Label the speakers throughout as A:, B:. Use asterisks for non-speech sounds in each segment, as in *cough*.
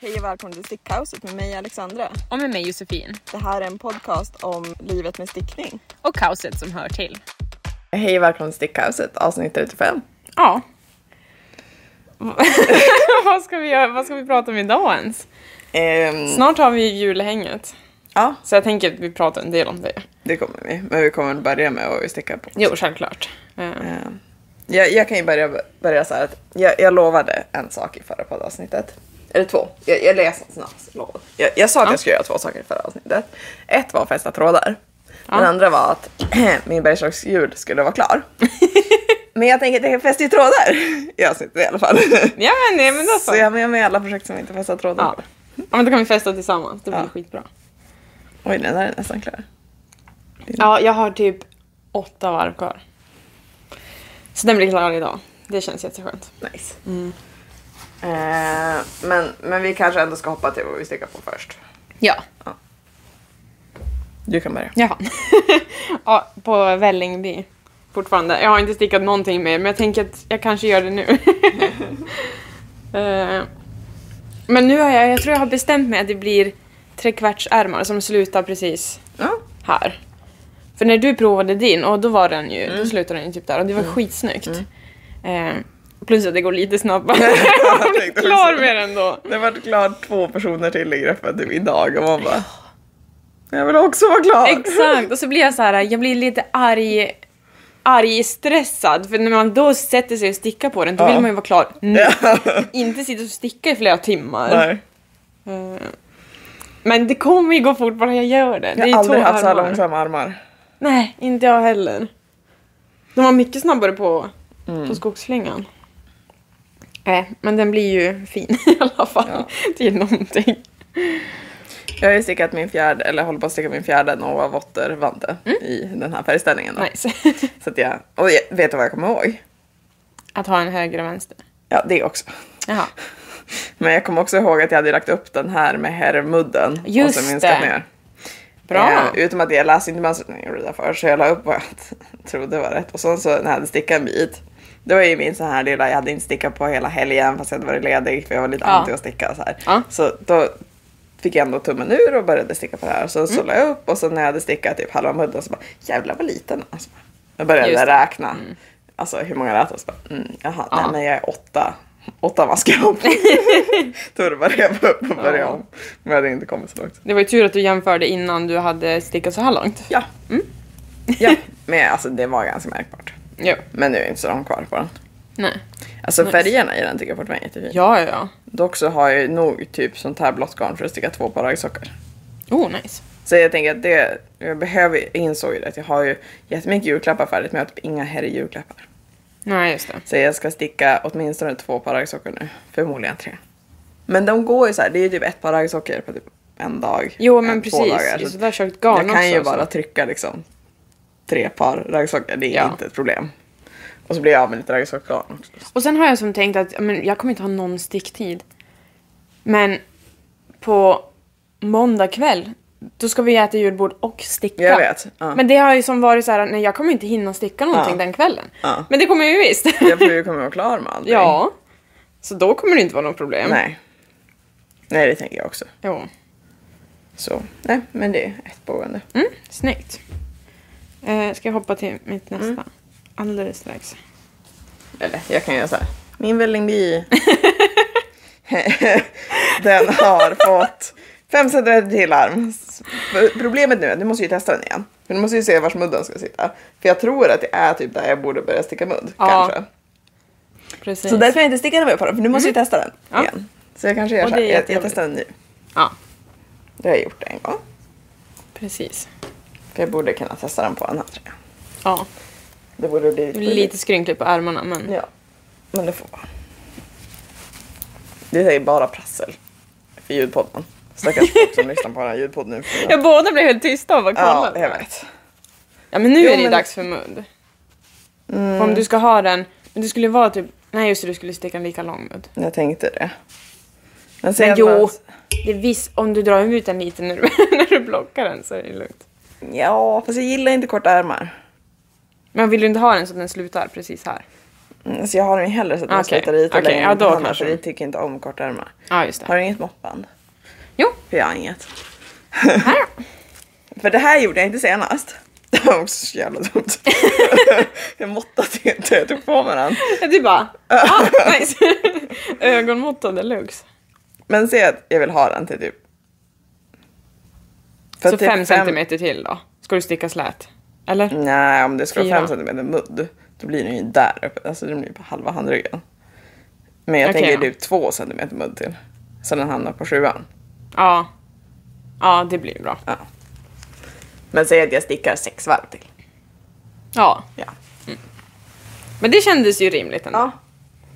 A: Hej och välkommen till Stickkaoset med mig Alexandra.
B: Och med mig Josefin.
A: Det här är en podcast om livet med stickning.
B: Och kaoset som hör till.
A: Hej och välkommen till Stickkaoset avsnitt 35.
B: Ja. *laughs* vad, ska vi göra, vad ska vi prata om idag ens?
A: Ehm,
B: Snart har vi ju julhänget.
A: ja,
B: Så jag tänker att vi pratar en del om det.
A: det kommer vi. Men vi kommer börja med vad vi stickar på.
B: Jo, självklart. Eh, *laughs*
A: Ehm, jag, jag kan ju börja, börja så här att jag, jag lovade en sak i förra poddavsnittet. Eller två. Jag, jag läser snabbt lov. Jag, jag sa att jag skulle göra två saker i förra avsnittet. Ett var att fästa trådar. Den andra var att *clears throat* min bergslagsjul skulle vara klar. Men jag tänker att jag fäster ju trådar *laughs* i avsnittet i alla fall.
B: Ja, men, nej, men då så.
A: Så jag har med mig alla projekt som inte fästar trådar
B: Ja.
A: på.
B: ja, men då kan vi festa tillsammans. Det blir
A: Ja.
B: skitbra.
A: Oj, den där är nästan klar.
B: Ja, jag har typ åtta varv kvar. Så den blir klar idag. Det känns jätteskönt.
A: Nice.
B: Mm.
A: Eh, men, men vi kanske ändå ska hoppa till vad vi stickar på först.
B: Ja.
A: Du kan börja.
B: Jaha. *laughs* ja, på Vällingby. Fortfarande. Jag har inte stickat någonting mer, men jag tänker att jag kanske gör det nu. *laughs* Eh, men nu har jag, jag tror jag har bestämt mig att det blir trekvartsärmar som slutar precis
A: Ja.
B: här. För när du provade din, och då var den ju, då slutade den ju typ där och det var skitsnyggt. Eh, plus att det går lite snabbare. *laughs* jag liksom- blir
A: tänkte
B: klar
A: också.
B: med den då.
A: Det var klart två personer till i greppet typ idag och man bara... Jag vill också vara klar!
B: Exakt, och så blir jag så här, jag blir lite arg argstressad för när man då sätter sig och stickar på den då
A: Ja.
B: vill man ju vara klar nu.
A: Ja. *laughs*
B: Inte sitta och sticka i flera timmar.
A: Nej.
B: Eh, Men det kommer ju gå fort bara jag gör det. det
A: Jag
B: är ju
A: har aldrig
B: två
A: haft så här
B: armar.
A: långsamma armar.
B: Nej, inte jag heller. De var mycket snabbare på,
A: Mm.
B: på skogsflingan. Nej, men den blir ju fin *laughs* i alla fall
A: Ja.
B: till någonting.
A: Jag har ju stickat min fjärde, eller håller på att sticka min fjärde Nova Votter Vante
B: Mm.
A: i den här färgställningen. Då.
B: Nice. *laughs*
A: Så att jag, och jag, vet du vad jag kommer ihåg?
B: Att ha en höger och vänster.
A: Ja, det också.
B: Jaha.
A: Men jag kommer också ihåg att jag hade lagt upp den här med herrmudden
B: Just
A: och sen minskat
B: det.
A: ner.
B: Bra.
A: Eh, utom att jag läste inte mönstret för så jag la upp vad jag *laughs* trodde var rätt. Och sen så när jag hade stickat en bit, då är ju min sån här lilla, jag hade inte stickat på hela helgen fast jag hade varit ledig för jag var lite
B: Ja.
A: anti att sticka så här.
B: Ja.
A: Så då fick jag ändå tummen ur och började sticka på det här. Så, så
B: Mm.
A: la jag upp och sen när jag hade stickat typ halva mudden så bara jävlar vad liten den är." alltså, Jag började
B: Just det. Mm.
A: räkna alltså, hur många lät och så bara mm, jaha, nej
B: Ja.
A: men jag är åtta. Åtta masker
B: *laughs*
A: om. Då var det bara att reva upp och börja
B: Ja.
A: om. Men jag hade inte kommit så långt.
B: Det var ju tur att du jämförde innan du hade stickat så här långt.
A: Ja.
B: *laughs*
A: ja. Men alltså det var ganska märkbart.
B: Ja.
A: Men nu är inte så långt kvar på den.
B: Nej.
A: Alltså
B: Nice.
A: färgerna i den tycker jag fortfarande är jättefin.
B: Ja, ja, ja.
A: Dock så har jag ju nog typ sånt här blått garn för att sticka två par raggsockor.
B: Oh, nice.
A: Så jag tänker att det, jag behöver, jag insåg ju det att jag har ju jättemycket julklappar färdigt men jag har typ inga herrjulklappar.
B: Nej, just det.
A: Så jag ska sticka åtminstone två par raggsockor nu, förmodligen tre. Men de går ju så här, det är ju typ ett par raggsockor på typ en dag.
B: Jo,
A: en, två
B: men precis.
A: dagar.
B: Det är
A: Så
B: sådär tjockt garn
A: Jag kan ju
B: också, så.
A: bara trycka liksom tre par raggsockor, det är
B: Ja.
A: inte ett problem. Och så blir jag av med lite raggsockgarn också.
B: Och sen har jag som tänkt att ja, men, jag kommer inte ha någon sticktid. Men på måndag kväll, då ska vi äta julbord och sticka.
A: Jag vet. Ja.
B: Men det har ju som varit så här, nej jag kommer inte hinna sticka någonting
A: Ja.
B: den kvällen.
A: Ja.
B: Men det kommer jag ju visst.
A: Jag får ju komma vara klar med allting.
B: *laughs* ja. Så då kommer det inte vara något problem.
A: Nej. Nej, det tänker jag också.
B: Jo.
A: Så, nej, men det är ett boende.
B: Mm, snyggt. Eh, ska jag hoppa till mitt nästa?
A: Mm.
B: Alldeles strax.
A: Eller jag kan göra så här. Min Vällingby. *laughs* den har fått 5 cm till arm. Problemet nu är att du måste ju testa den igen. För du måste ju se vars mudden ska sitta. För jag tror att det är typ där jag borde börja sticka mudd.
B: Ja,
A: kanske.
B: Precis. Mm.
A: Så därför har jag inte stickat med på den. För nu måste jag ju testa den
B: Ja.
A: igen. Så jag kanske gör
B: Och
A: så här.
B: det är
A: Jag, jag
B: jättejobbigt.
A: testar den nu.
B: Ja,
A: Det har jag gjort en gång.
B: precis.
A: För jag borde kunna testa den på den här tröjan.
B: Ja.
A: Det borde bli
B: Det blir lite skrynkligt på ärmarna men
A: Ja, men det får vara. Det säger bara prassel för ljudpodden. Stackars folk som *laughs* lyssnar på den här ljudpodden nu. för tiden.
B: Ja, båda blev helt tysta av att kolla.
A: ja, jag vet.
B: Ja, men nu
A: Jo,
B: är det ju
A: men- Mm.
B: dags för mudd. Om du ska ha den, men det skulle vara typ, nej just det, du skulle sticka en lika lång mudd.
A: Jag tänkte det. Men, sen
B: Men jo,
A: bara-
B: det är visst, om du drar ut den lite när du, *laughs* när du plockar den så är det lugnt.
A: Ja, fast jag gillar inte korta ärmar.
B: Men vill du inte ha den så att den slutar precis här?
A: Mm, Så jag har den ju hellre så att den
B: Okej,
A: slutar i lite
B: okej,
A: längre
B: ja, då
A: än han,
B: kanske.
A: för vi tycker inte om kortärmar.
B: Ja, just
A: Har
B: det.
A: du inget måttband?
B: Jo,
A: För jag har inget.
B: här då.
A: För det här gjorde jag inte senast. *laughs* Det var också så jävla *laughs* dumt. jag måttade inte, jag tog på mig den.
B: Ja, Du bara, ah, nice. *laughs* Ögonmåtta deluxe.
A: Men se att jag vill ha den till typ... För
B: Så
A: typ
B: fem centimeter till då? Ska du sticka slät? Eller?
A: Mm. Nej, om det ska vara
B: Fyra.
A: fem centimeter mudd, då blir den ju där uppe. Alltså den blir på halva handryggen. Men jag
B: Okej,
A: tänker
B: ja.
A: typ två centimeter mudd till. Så den hamnar på sjuan.
B: Ja. Ja, det blir bra.
A: Ja. Men säg att jag stickar sex varv till.
B: Ja.
A: Ja.
B: Men det kändes ju rimligt ändå.
A: ja.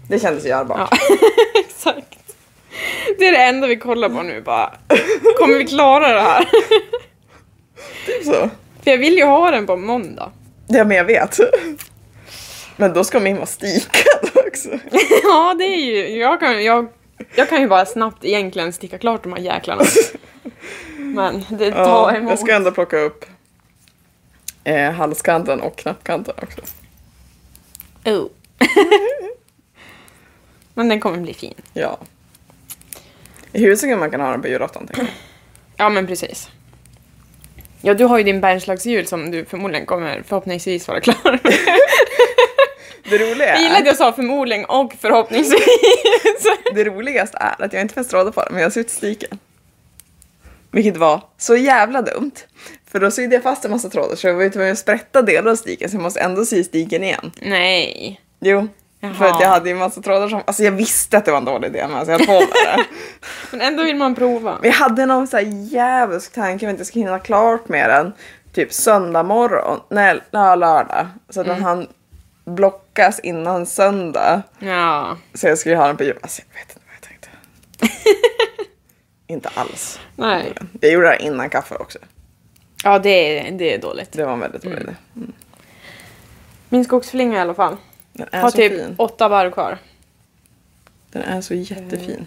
A: Det kändes görbart.
B: Ja, *laughs* exakt. Det är det enda vi kollar på nu bara. Kommer vi klara det här? *laughs*
A: Så.
B: För jag vill ju ha den på måndag. *laughs*
A: Ja, men jag vet. Men då ska min vara stikad
B: *laughs*
A: också.
B: Ja, det är ju... Jag kan, jag, jag kan ju bara snabbt egentligen sticka klart de här jäklarna. Men det tar emot.
A: jag ska ändå plocka upp eh, halskanten och knappkanten också.
B: Oh. *laughs* Men den kommer bli fin.
A: Ja. I huvudsaken man kan ha den på julafton. tänker jag.
B: Ja, men precis. Ja, du har ju din bergslagsjul som du förmodligen kommer förhoppningsvis vara klar med.
A: Det roliga
B: Jag gillar att
A: är,
B: jag sa förmodligen och förhoppningsvis.
A: det roligaste är att jag inte fäst råda på den, men jag har sytt stiken. Vilket var så jävla dumt. För då sydde jag fast en massa trådar så jag var ju tvungen att sprätta delar av stiken så jag måste ändå sy stiken igen.
B: *laughs* Nej.
A: Jo.
B: Jaha.
A: För att jag hade ju en massa trådar som... Alltså jag visste att det var en dålig idé men alltså jag höll på med det.
B: Men ändå vill man prova.
A: Vi hade någon så här djävulsk tanke om att jag skulle hinna klart med den typ söndag morgon, nej lö- lördag. Så att
B: Mm.
A: den hann blockas innan söndag.
B: Ja.
A: Så jag skulle ha den på jul. Alltså jag vet inte vad jag
B: *laughs*
A: tänkte. inte alls.
B: Nej.
A: Jag gjorde det här innan kaffe också.
B: Ja, det är, det är dåligt.
A: Det var en väldigt dålig idé. Mm.
B: Min skogsflinga i alla fall.
A: Den är
B: Har
A: så
B: typ
A: fin.
B: åtta varv kvar.
A: Den är så jättefin.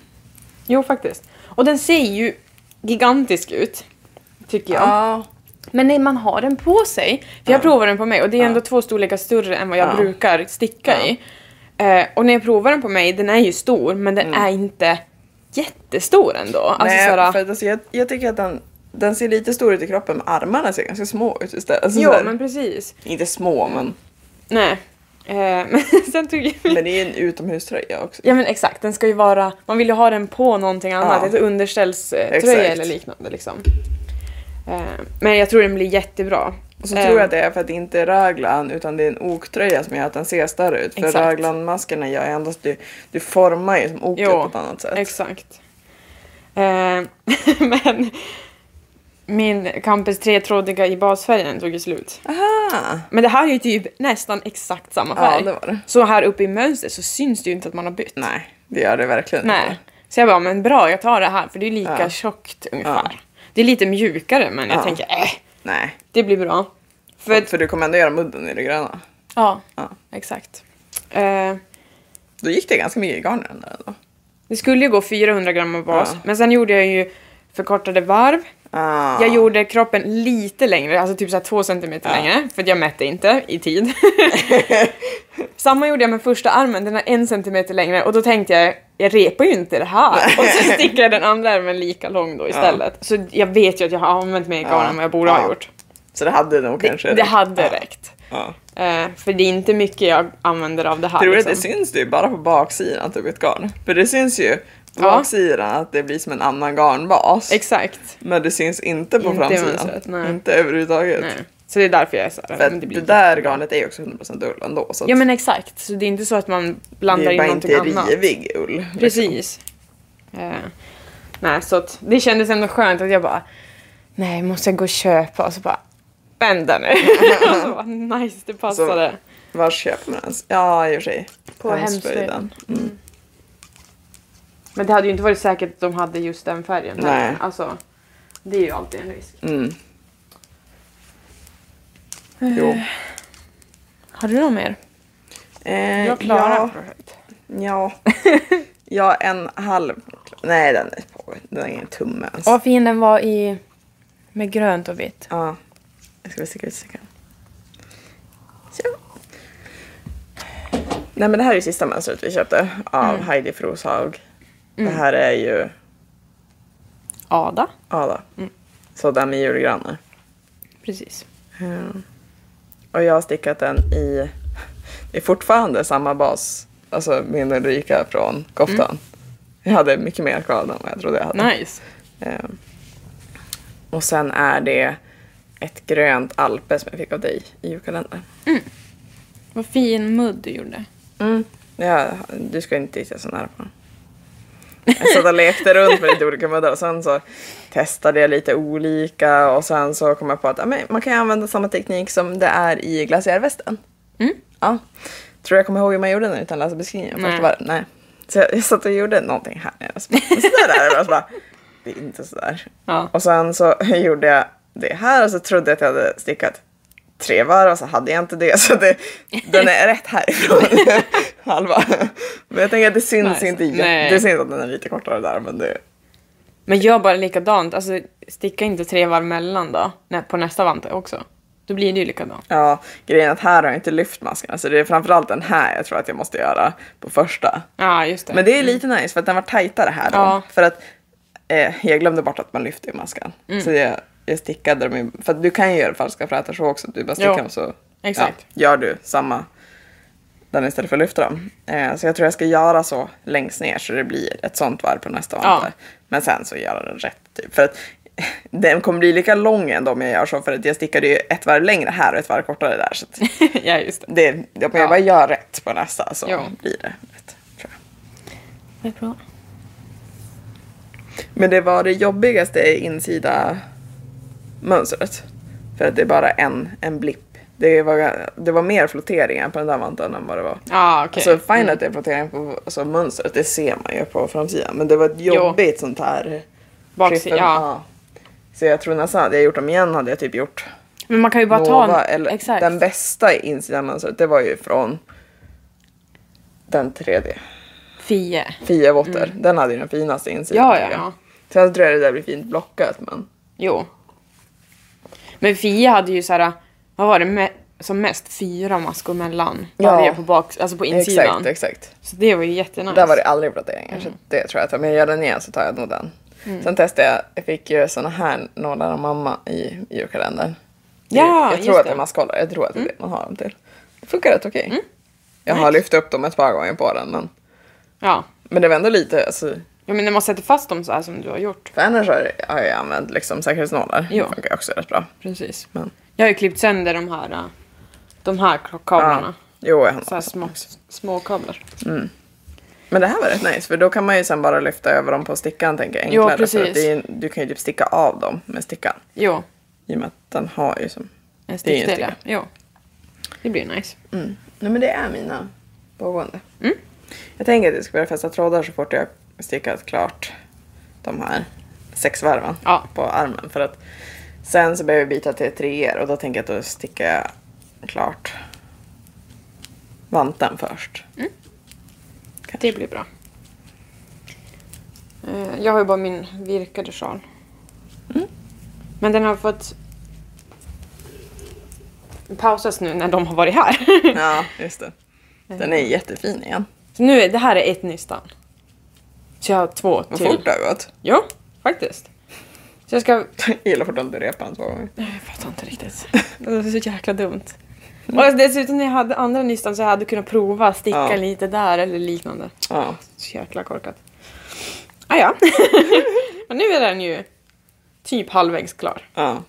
B: Jo, faktiskt. Och den ser ju gigantisk ut. Tycker jag.
A: Ja.
B: Men när man har den på sig. För jag provar den på mig och det är ändå två storlekar större än vad jag
A: Ja.
B: brukar sticka
A: Ja.
B: i. Eh, och när jag provar den på mig, den är ju stor men den är inte jättestor ändå. Alltså,
A: Mm. Nej,
B: såhär,
A: för att, alltså, jag, jag tycker att den, den ser lite stor ut i kroppen men armarna ser ganska små ut istället. Alltså,
B: jo,
A: såhär,
B: men precis.
A: Inte små men,
B: Nej. Eh, *laughs* men sen tog jag
A: men det är en utomhuströja också.
B: Ja men exakt, den ska ju vara, man vill ju ha den på någonting annat,
A: Ja.
B: ett underställströja
A: Exakt.
B: eller liknande liksom. Eh, Men jag tror den blir jättebra.
A: Och så
B: Eh,
A: tror jag att det är för att det inte är röglan utan det är en oktröja som gör att den ser större ut. För
B: Exakt.
A: röglanmaskerna gör ju endast du, du formar ju som oket
B: Jo,
A: på ett annat sätt.
B: Exakt. Eh, *laughs* Men min Campus 3-trådiga i basfärgen tog ju slut.
A: Aha!
B: Men det här är ju typ nästan exakt samma
A: Ja,
B: färg.
A: det var det.
B: Så här uppe i mönstret så syns det ju inte att man har bytt.
A: Nej, det gör det verkligen
B: Nej.
A: inte.
B: Så jag bara, men bra jag tar det här för det är lika
A: Ja.
B: tjockt ungefär. Det är lite mjukare men jag
A: Ja.
B: tänker äh,
A: Nej.
B: det blir bra. För
A: För du kommer ändå göra mudden i det gröna.
B: Ja,
A: Ja.
B: exakt. Eh,
A: Då gick det ganska mycket i garnen där ändå.
B: det skulle ju gå 400 gram av bas,
A: Ja.
B: men sen gjorde jag ju förkortade varv.
A: Ah.
B: Jag gjorde kroppen lite längre, alltså typ så här två centimeter
A: Ja.
B: längre, för att jag mätte inte
A: *laughs*
B: i tid. Samma gjorde jag med första armen, den är en centimeter längre och då tänkte jag, jag repar ju inte
A: *laughs*
B: det här. Och så stickade jag den andra armen lika lång då istället. Så jag vet ju att jag har använt mer garn
A: Ja.
B: än vad jag borde ha
A: Ja.
B: gjort.
A: Så det hade nog kanske
B: Det, det
A: räckt.
B: hade
A: Ja.
B: räckt.
A: Ja.
B: Eh, för det är inte mycket jag använder av det här.
A: Tror du att
B: liksom.
A: det syns det ju bara på baksidan typ ett garn? För det syns ju på
B: Ja.
A: baksidan att det blir som en annan garnbas.
B: Exakt.
A: men det syns inte på
B: Inte i mönstret,
A: framsidan.
B: nej.
A: Inte överhuvudtaget.
B: Nej. Så det är därför jag är såhär.
A: För
B: men
A: att det,
B: blir
A: där
B: jättebra.
A: garnet är ju också 100% ull ändå. Så att
B: Ja men exakt, så det är inte så att man
A: det
B: blandar
A: är
B: in
A: bara
B: någonting
A: inte
B: annat.
A: rivig ull. liksom.
B: Precis. Eh, nej, så att det kändes ändå skönt att jag bara, nej måste jag gå och köpa? Och så bara, vänta nu. *laughs* och så bara, nice det passade.
A: Var köper man ens? Ja i och för sig.
B: På
A: Mm.
B: Men det hade ju inte varit säkert att de hade just den färgen.
A: Nej.
B: heller. Alltså, det är ju alltid en risk.
A: Mm.
B: Eh,
A: Jo.
B: Har du något mer?
A: Eh,
B: Jag klarar
A: ja,
B: projektet. *laughs*
A: ja. ja, en halv. Nej den är på. Den är en tumme ens.
B: Och vad fin den var i, med grönt och vitt.
A: Ja. Jag ska väl sticka ut säcken. Så. Nej men det här är ju sista mönstret vi köpte av
B: Mm.
A: Heidi Froshaug. Det här är ju
B: Ada.
A: Ada. Så den med julgranar.
B: Precis.
A: Och jag har stickat den i, det är fortfarande samma bas, alltså min Ulrika från koftan. Jag hade mycket mer kvar av den än vad jag trodde jag hade.
B: Nice.
A: Eh, och sen är det ett grönt alpe som jag fick av dig i julkalendern.
B: Vad fin mudd du gjorde.
A: Mm. Ja, du ska inte titta så nära på den. Jag satt och lekte runt med lite olika muddar och sen så testade jag lite olika och sen så kom jag på att ja, men man kan ju använda samma teknik som det är i glaciärvästen.
B: Mm.
A: Ja. Tror jag kommer ihåg hur man gjorde den utan att läsa beskrivningen
B: Nej.
A: första varvet. Nej. Så jag, jag satt och gjorde någonting här nere och så bara, sådär är det. Och så bara, det är inte sådär.
B: Ja.
A: Och sen så *laughs* gjorde jag det här och så trodde jag att jag hade stickat tre varv och så hade jag inte det. *laughs* Så det, den är rätt
B: *laughs*
A: härifrån. Halva. Men jag tänker att det syns
B: Nice.
A: inte.
B: Nej.
A: jätte- Det syns att den är lite kortare där men det...
B: Men gör bara likadant. Alltså, sticka inte tre varv mellan då. Nä, på nästa vante också. Då blir det ju likadant.
A: Ja, grejen är att här har jag inte lyft masken. Så det är framförallt den här jag tror att jag måste göra på första.
B: Ja, just det.
A: Men det är lite nice för att den var tajtare här då.
B: Ja.
A: För att eh, jag glömde bort att man lyfter ju masken.
B: Mm.
A: Så jag, jag stickade dem i, För att du kan ju göra falska flätar så också. att Du bara stickar
B: Jo,
A: dem så
B: exakt.
A: Ja, gör du samma den istället för att lyfta dem. Eh, så jag tror jag ska göra så längst ner så det blir ett sånt varv på nästa
B: Ja.
A: vante. Men sen så göra den rätt typ. För att *laughs* den kommer bli lika lång ändå om jag gör så för att jag stickade ju ett varv längre här och ett varv kortare där. Så
B: *laughs*
A: att
B: ja, just det.
A: det, om jag
B: Ja.
A: bara gör rätt på nästa så
B: Jo.
A: blir det rätt. Tror jag.
B: Det är bra.
A: Men det var det jobbigaste insida mönstret. För att det är bara en, en blipp. Det var, det var mer flotteringar på den där vanten än vad det var.
B: Ja, okej. Mm.
A: Alltså fine att det är flottering på alltså, mönstret, det ser man ju på framsidan. Men det var ett jobbigt sånt här...
B: Baksida,
A: skiffel-
B: ja.
A: Så jag tror nästan hade jag gjort dem igen hade jag typ gjort
B: Men man kan ju bara ta
A: Nova.
B: en...
A: Eller
B: Exakt.
A: Den bästa insidan mönstret, det var ju från den tredje.
B: Fie.
A: Fia Water. Den hade ju den finaste insidan.
B: Mm. Ja, ja,
A: tycker jag.
B: ja.
A: Sen tror jag det där blir fint blockat men...
B: Jo. Men Fia hade ju så här, vad var det me- som mest? Fyra maskor mellan
A: Ja.
B: varje på, bak, alltså på insidan. Mm.
A: Exakt, exakt.
B: Så det var ju jättenice.
A: Där var det aldrig blotteringar så det tror jag att om jag gör den igen så tar jag nog den.
B: Mm.
A: Sen testade jag, jag fick ju såna här nålar av mamma i julkalendern.
B: Ja,
A: jag
B: just
A: tror att
B: det. Mm.
A: det är maskhållare, jag tror att det är det man har dem till. Det funkar rätt okej. Jag har lyft upp dem ett par gånger på den men,
B: Ja.
A: men det var ändå lite, alltså,
B: ja, men när man sätter fast dem så här som du har gjort.
A: för annars har jag- har jag använt liksom säkerhetsnålar.
B: Jo.
A: Det funkar också rätt bra.
B: Precis.
A: Men,
B: Jag har ju klippt sönder de här, äh, de här k- kablarna.
A: ja. Jo, jag har
B: Så här små, små kablar.
A: Men det här var rätt nice för då kan man ju sen bara lyfta över dem på stickan tänker jag
B: Jo,
A: enklare. för
B: precis.
A: att det är, du kan ju typ sticka av dem med stickan.
B: Jo,
A: I och med att den har ju som...
B: en
A: Det är ju en
B: stickdel ja. Jo. Det blir nice.
A: Mm. Nej men det är mina pågående.
B: Mm.
A: Jag tänker att jag ska börja fästa trådar så fort jag stickat klart de här sex varven
B: Ja.
A: på armen. För att sen så behöver jag byta till treor och då tänker jag att då stickar jag klart vanten *laughs* först.
B: Det blir bra. Eh, Jag har ju bara min virkade sjal.
A: Mm.
B: Men den har fått pausas nu när de har varit här.
A: Ja, just det. *laughs* Den är jättefin igen.
B: Så nu, är- det här är ett nystan. Så jag har två
A: Vad
B: till.
A: fort det har gått.
B: Ja, faktiskt. Så jag ska...
A: Jag gillar fortfarande att repa den två gånger.
B: Nej, Jag fattar inte riktigt. *laughs* Mm. Det var så jäkla dumt. Och dessutom när jag hade andra nystan så jag hade kunnat prova sticka
A: Ja.
B: lite där eller liknande.
A: Ja.
B: Så jäkla korkat. Ah, *laughs* ja. Men nu är den ju typ halvvägs klar.
A: ja.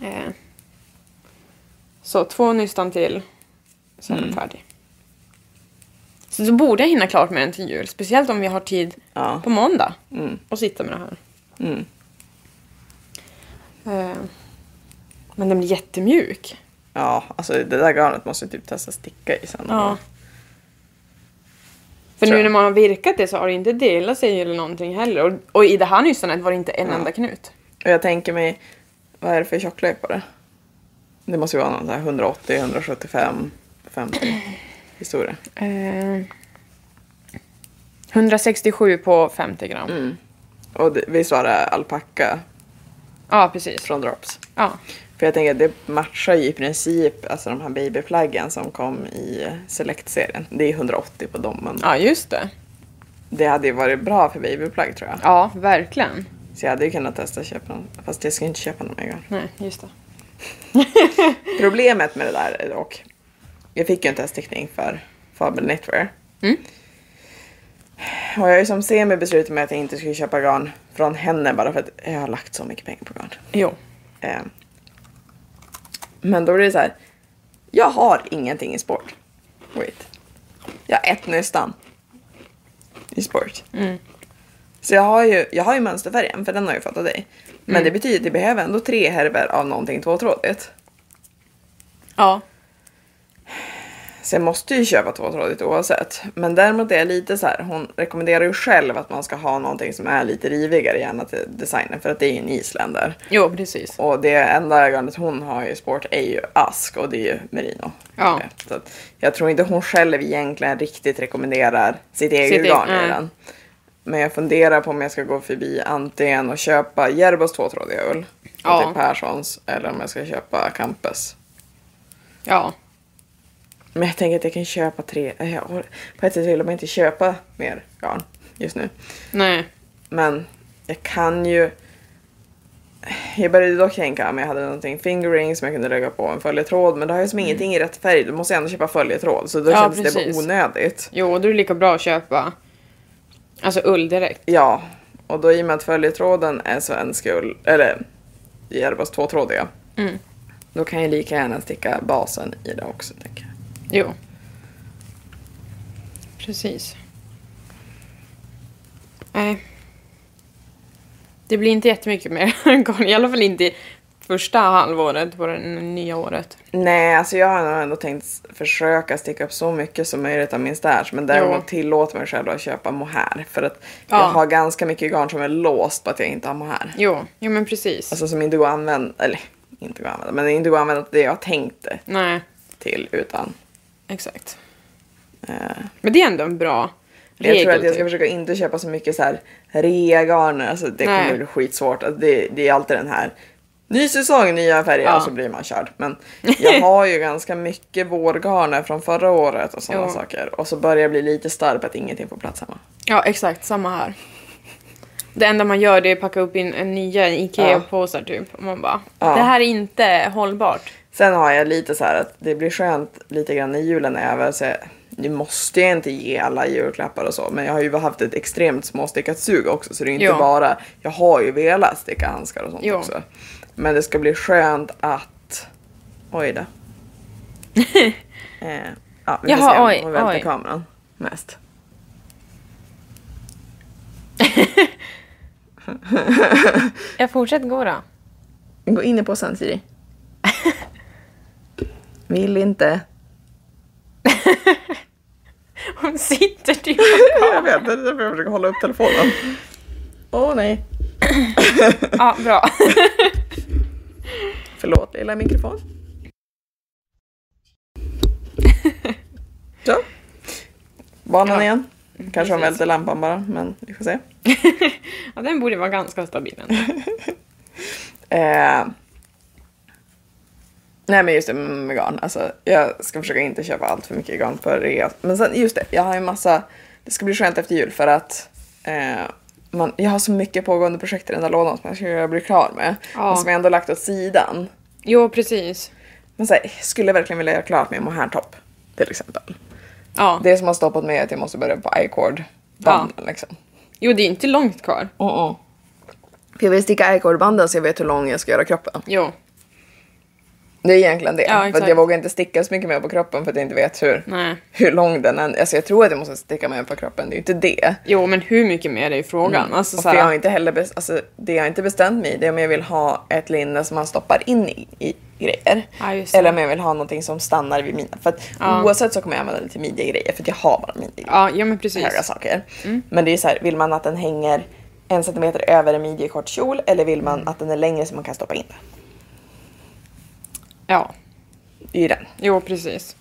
B: Eh. Så två nystan till, så är den färdig. Så då borde jag hinna klart med den till jul, speciellt om jag har tid
A: Ja.
B: på måndag
A: Mm.
B: och sitta med det här.
A: Mm.
B: Eh. Men den blir jättemjuk.
A: Ja, alltså det där garnet måste jag typ testa sticka i sen.
B: För
A: Tror
B: nu
A: jag.
B: när man har virkat det så har det inte delat sig eller någonting heller. Och, och i det här nystanet var det inte en enda knut.
A: Och jag tänker mig, vad är det för tjocklek på det? Det måste ju vara någon sån här 180, 175, 50 historia.
B: Eh, 167 på 50 gram.
A: Mm. Och det, visst var det alpacka
B: Ja, precis.
A: från Drops?
B: Ja.
A: För jag tänker att det matchar ju i princip alltså de här babyplaggen som kom i Select-serien. Det är 180 på dem men
B: ja, just det.
A: det hade ju varit bra för babyplagg tror jag.
B: Ja, verkligen.
A: Så jag hade ju kunnat testa att köpa någon. Fast jag ska inte köpa någon mer gång.
B: Nej, just det.
A: Problemet med det där är dock. Jag fick ju en testteckning för Fabel Knitwear.
B: Mm.
A: Och jag har ju som semi beslutat mig att jag inte skulle köpa garn från henne bara för att jag har lagt så mycket pengar på garn.
B: Jo.
A: Eh, Men då blir det så här. Jag har ingenting i sport. Wait. Jag har ett nystan. I sport. Så jag har, ju, jag har ju mönsterfärgen, för den har jag ju fått av dig. Men det betyder att jag behöver ändå tre härvor av någonting tvåtrådigt.
B: Ja.
A: Så jag måste ju köpa tvåtrådigt oavsett. Men däremot är jag lite så här, hon rekommenderar ju själv att man ska ha någonting som är lite rivigare gärna till designen. För att det är ju en isländer.
B: Jo, precis.
A: Och det enda garnet hon har i sport är ju ask och det är ju merino.
B: Ja.
A: Så att jag tror inte hon själv egentligen riktigt rekommenderar sitt eget mm.
B: e-
A: garn i
B: nej.
A: den. Men jag funderar på om jag ska gå förbi antingen och köpa Järbos tvåtrådiga ull.
B: Ja.
A: Ja. Till typ Perssons. Eller om jag ska köpa Campes.
B: Ja.
A: Men jag tänker att jag kan köpa tre. eh, Jag, or- på ett sätt vill man inte köpa mer garn just nu.
B: Nej.
A: Men jag kan ju... Jag började dock tänka om jag hade någonting fingering som jag kunde lägga på en följetråd men då har jag som ingenting i rätt färg. Då måste jag ändå köpa följetråd så då
B: Mm. Ja,
A: kändes det
B: precis.
A: bara onödigt.
B: Jo, och då är det lika bra att köpa alltså ull direkt.
A: Ja, och då i och med att följetråden är svensk ull, eller Järvas tvåtrådiga,
B: Mm.
A: då kan jag lika gärna sticka basen i det också tänker jag.
B: Jo. Precis. Nej. Det blir inte jättemycket mer *laughs* garn. I alla fall inte i första halvåret på det nya året.
A: Nej, alltså jag har nog ändå tänkt s- försöka sticka upp så mycket som möjligt av min stash. Men
B: Jo.
A: däremot tillåter mig själv att köpa mohair. För att
B: Ja.
A: jag har ganska mycket garn som är låst på att jag inte har mohair.
B: Jo, jo men precis.
A: Alltså som inte går att använda, eller inte går att använda, men inte går att använda till det jag tänkte
B: Nej,
A: till utan.
B: exakt.
A: Eh,
B: Men det är ändå en bra regel.
A: jag tror att jag ska
B: typ.
A: försöka inte köpa så mycket så här reagarn, alltså det
B: Nej.
A: kommer bli skitsvårt. Alltså, det, det är alltid den här ny säsong, nya färger
B: Ja.
A: och så blir man körd. Men
B: *laughs*
A: jag har ju ganska mycket vårgarner från förra året och sådana
B: Jo.
A: saker. Och så börjar jag bli lite stark på att ingenting får plats hemma.
B: Ja, exakt. Samma här. Det enda man gör det är att packa upp in en nya IKEA-påsar typ. Och man bara,
A: Ja.
B: det här är inte hållbart.
A: Sen har jag lite så här att det blir skönt lite grann när julen är över. Så jag, nu måste jag inte ge alla julklappar och så, men jag har ju haft ett extremt småstickat sug också. Så det är inte
B: Ja.
A: bara, jag har ju velat sticka handskar och sånt
B: Ja.
A: också. Men det ska bli skönt att... Oj *laughs* då. eh, ja, vi får
B: Jaha,
A: se om
B: oj,
A: hon välter
B: oj.
A: kameran mest.
B: Jag fortsätter gå då.
A: Gå in på sen *laughs* Siri. Vill inte.
B: Hon sitter typ *laughs*
A: jag vet, det är därför jag försöker hålla upp telefonen. Åh nej.
B: Ja, bra.
A: Förlåt lilla
B: *laughs*
A: mikrofon. Så. Banan
B: Ja,
A: igen. Kanske hon
B: precis.
A: välter lampan bara, men vi får se.
B: Ja, den borde vara ganska stabil ändå.
A: *laughs* Eh, nej men just det med garn. Alltså, jag ska försöka inte köpa allt för mycket garn för rea. Men sen just det, jag har ju massa. Det ska bli skönt efter jul för att eh, man, jag har så mycket pågående projekt i den där lådan som jag ska bli klar med.
B: Ja.
A: Men som jag ändå lagt åt sidan.
B: Jo, precis.
A: Men så här, jag skulle verkligen vilja göra klart min mohairtopp till exempel.
B: Ja.
A: Det som har stoppat mig är att jag måste börja på icord banden liksom.
B: Jo, det är ju inte långt kvar.
A: Uh-uh. För jag vill sticka icord banden så jag vet hur lång jag ska göra kroppen.
B: Jo.
A: Det är egentligen det.
B: Ja,
A: för
B: exakt.
A: att jag vågar inte sticka så mycket mer på kroppen för att jag inte vet hur,
B: Nej.
A: hur lång den är. Alltså jag tror att jag måste sticka mer på kroppen, det är ju inte det.
B: Jo, men hur mycket mer är ju frågan. Alltså,
A: Mm. Och
B: så
A: för jag har
B: här,
A: inte heller bes- alltså, det jag har inte bestämt mig i det är om jag vill ha ett linne som man stoppar in i, i grejer.
B: Ja, just det.
A: Eller om jag vill ha någonting som stannar vid mina. För att
B: Ja.
A: oavsett så kommer jag använda det till midjegrejer för att jag har bara midjegrejer.
B: ja, ja, men precis. Mm.
A: höga saker. Men det är så här, vill man att den hänger en centimeter över en midjekort kjol eller vill man
B: Mm.
A: att den är längre så man kan stoppa in den?
B: Ja.
A: Det är ju den.
B: Jo, precis.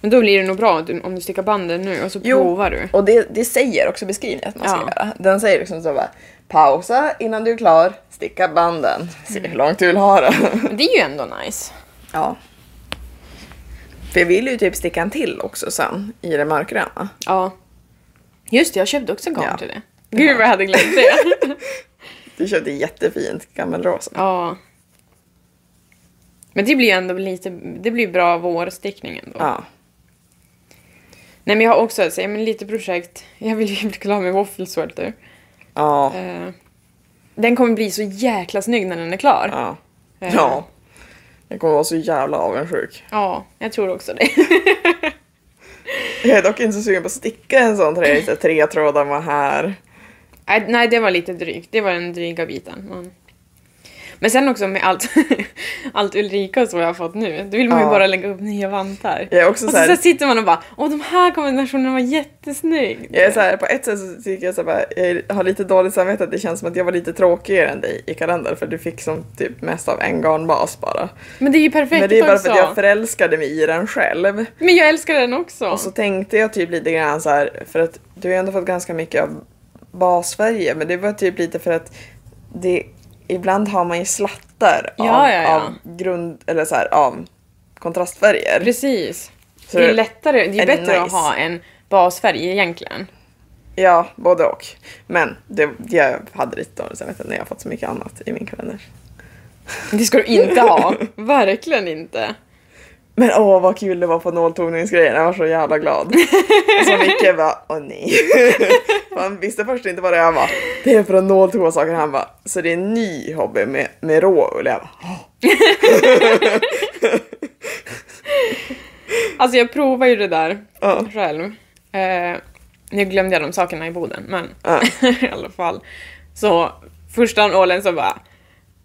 B: Men då blir det nog bra att du- om du stickar banden nu och så provar du.
A: Och det, det säger också beskrivningen att man ska
B: Ja.
A: göra. Den säger liksom så bara pausa innan du är klar, sticka banden, se
B: Mm.
A: hur långt du vill ha
B: *laughs*
A: det.
B: Men det är ju ändå nice.
A: Ja. För jag vill ju typ sticka en till också sen i det mörkgröna.
B: Ja. Just det, jag köpte också garn
A: Ja.
B: till det. Gud vad jag hade glömt det.
A: *laughs* Du köpte jättefint gammelrosa.
B: ja. Men det blir ju ändå lite, det blir bra vårstickning ändå.
A: Ja.
B: Nej men jag har också så, ja, men lite projekt. Jag vill ju bli klar med Waffle Sweater.
A: Ja.
B: Eh, den kommer bli så jäkla snygg när den är klar.
A: Ja.
B: Eh,
A: Ja. Jag kommer vara så jävla avundsjuk.
B: Ja, jag tror också det. *laughs*
A: Jag är dock inte så sugen på att sticka en sån tröja. så Tre trådar med här.
B: Nej, nej, det var lite drygt. Det var den dryga biten. Men, men sen också med allt, *laughs* allt Ulrika och så jag har fått nu, då vill man ju
A: Ja.
B: bara lägga upp nya vantar.
A: Jag är också
B: och så,
A: så här-
B: så sitter man och bara åh de här kombinationerna var jättesnygg.
A: Jag är så här, på ett sätt så tycker jag så här, bara, jag har lite dåligt samvete att det känns som att jag var lite tråkigare än dig i kalendern för du fick som typ mest av en garnbas bara.
B: Men det är ju perfekt
A: Men det är bara
B: också.
A: för att jag förälskade mig i den själv.
B: Men jag älskar den också.
A: Och så tänkte jag typ lite grann så här, för att du har ju ändå fått ganska mycket av basfärger, men det var typ lite för att det, ibland har man ju slattar av,
B: Ja, ja, ja.
A: av grund, eller så här, av kontrastfärger.
B: Precis.
A: Så
B: det är
A: det-
B: lättare, det är
A: är
B: bättre
A: det
B: att
A: nice?
B: ha en basfärg egentligen.
A: Ja, både och. Men det, jag hade lite dåligt samvete när jag har fått så mycket annat i min kalender.
B: Det ska du
A: *laughs*
B: inte ha. Verkligen inte.
A: Men åh vad kul det var på nåltogningsgrejen, jag var så jävla glad. Och så Micke bara, åh *laughs* nej. För Han visste först inte vad det var, han bara, det är för att nåltoga saker. Han bara, så det är en ny hobby med, med råull. Jag bara, "Åh."
B: Alltså jag provar ju det där
A: Ja.
B: själv. Eh, nu glömde jag de sakerna i Boden, men
A: Ja.
B: *laughs* i alla fall. Så första nålen så bara...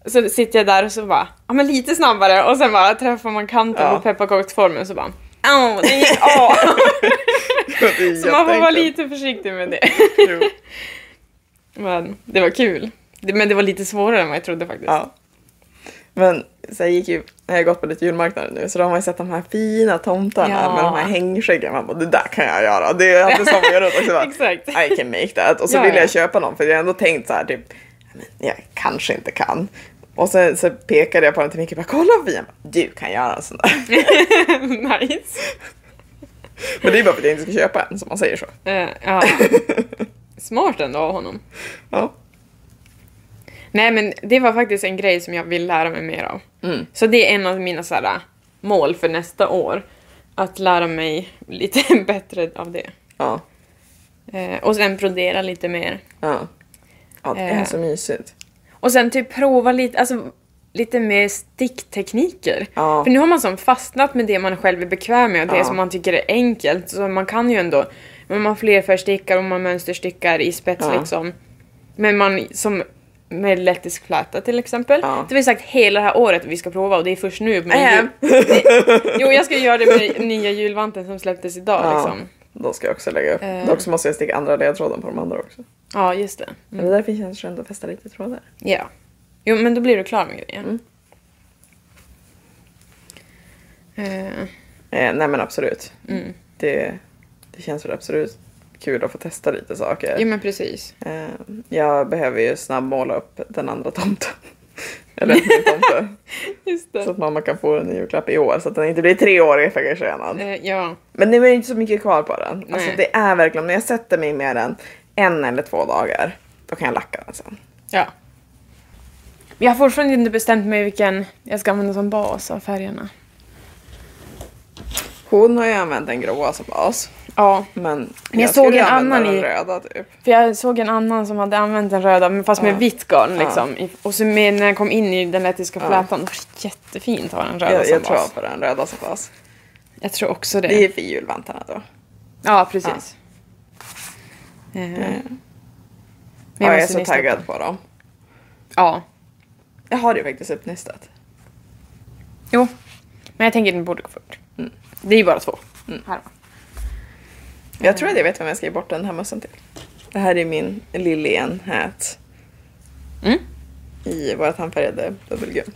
B: Så sitter jag där och så bara, ja men lite snabbare och sen bara träffar man kanten
A: Ja.
B: på pepparkaksformen så bara, åh,
A: *laughs*
B: det gick av!
A: *laughs* Det är
B: så man får vara
A: jätteenkelt.
B: lite försiktig med det.
A: Jo.
B: Men det var kul. Det- Men det var lite svårare än vad jag trodde faktiskt.
A: Ja. Men så jag gick ju, jag har gått på lite julmarknader nu så då har man ju sett de här fina tomtarna
B: Ja.
A: med de här hängskäggen. Man bara, det där kan jag göra. Det är alltid som jag gör också. Bara,
B: Exakt.
A: I can make that. Och så
B: Ja,
A: ville
B: ja.
A: jag köpa någon för jag har ändå tänkt så här typ, "Men jag kanske inte kan. Och sen så pekade jag på den till Micke och bara, kolla vad fin. Jag bara, Du kan göra en
B: *laughs*
A: sån där.
B: *laughs* nice.
A: Men det är bara för att jag inte ska köpa en som man säger så. *laughs*
B: Eh, ja. Smart ändå av honom.
A: Ja.
B: Nej men det var faktiskt en grej som jag vill lära mig mer av. Så det är en av mina så här, mål för nästa år. Att lära mig lite *laughs* bättre av det.
A: Ja.
B: Eh, och sen brodera lite mer.
A: Ja. Ja, det är
B: Eh.
A: så mysigt.
B: Och sen typ prova lite, alltså lite mer sticktekniker.
A: Ja.
B: För nu har man som fastnat med det man själv är bekväm med och det
A: Ja.
B: som man tycker är enkelt. Så man kan ju ändå, men man flerfärgstickar och man mönsterstickar i spets
A: Ja.
B: liksom. Men man som med lettisk fläta till exempel.
A: Ja.
B: Det har vi sagt hela det här året att vi ska prova och det är först nu med
A: Äh.
B: jul. Det- Jo, jag ska göra det med nya julvanten som släpptes idag
A: Ja.
B: liksom.
A: Då ska jag också lägga upp.
B: Eh.
A: Dock så måste jag sticka andra ledtråden på de andra också.
B: Ja, just det. Mm.
A: Men det därför känns det skönt att fästa lite trådar.
B: Ja. Jo, men då blir du klar med grejen.
A: Mm.
B: Eh,
A: Eh, nej men absolut.
B: Mm.
A: Det, det känns väl absolut kul att få testa lite saker.
B: jo, men precis.
A: Eh, jag behöver ju snabbmåla upp den andra tomten. *laughs* Eller min tomte.
B: *laughs* Just det.
A: så att mamma kan få den i julklapp i år så att den inte blir tre år försenad.
B: Eh, ja.
A: Men det är väl inte så mycket kvar på den. Alltså,
B: Nej.
A: det är verkligen, när jag sätter mig med den en eller två dagar, då kan jag lacka den sen.
B: ja. Men Jag har fortfarande inte bestämt mig vilken jag ska använda som bas av färgerna.
A: Hon har ju använt den gråa som bas.
B: Ja,
A: Men jag,
B: jag såg
A: skulle
B: en
A: använda
B: annan
A: den
B: i-
A: röda typ.
B: för jag såg en annan som hade använt den röda men fast med
A: Ja.
B: vitt garn
A: Ja.
B: liksom. I- Och så med, när jag kom in i den lettiska
A: Ja.
B: flätan, det var jättefint att ha den röda
A: Jag,
B: som
A: jag tror
B: bas.
A: på den röda som bas.
B: Jag tror också det.
A: Det är för julvantarna då.
B: Ja, precis. Eh,
A: Ja, jag är
B: måste
A: så
B: nysta upp
A: taggad
B: den.
A: på dem.
B: Ja,
A: Jag har det faktiskt uppnystat.
B: jo. Men jag tänker den borde gå fort. Mm. Det är ju bara två. Mm. Här va?
A: Jag tror att jag vet vem jag ska ge bort den här mössan till. Det här är min Lillian hat
B: Mm.
A: i vårt handfärgade bubbelgum.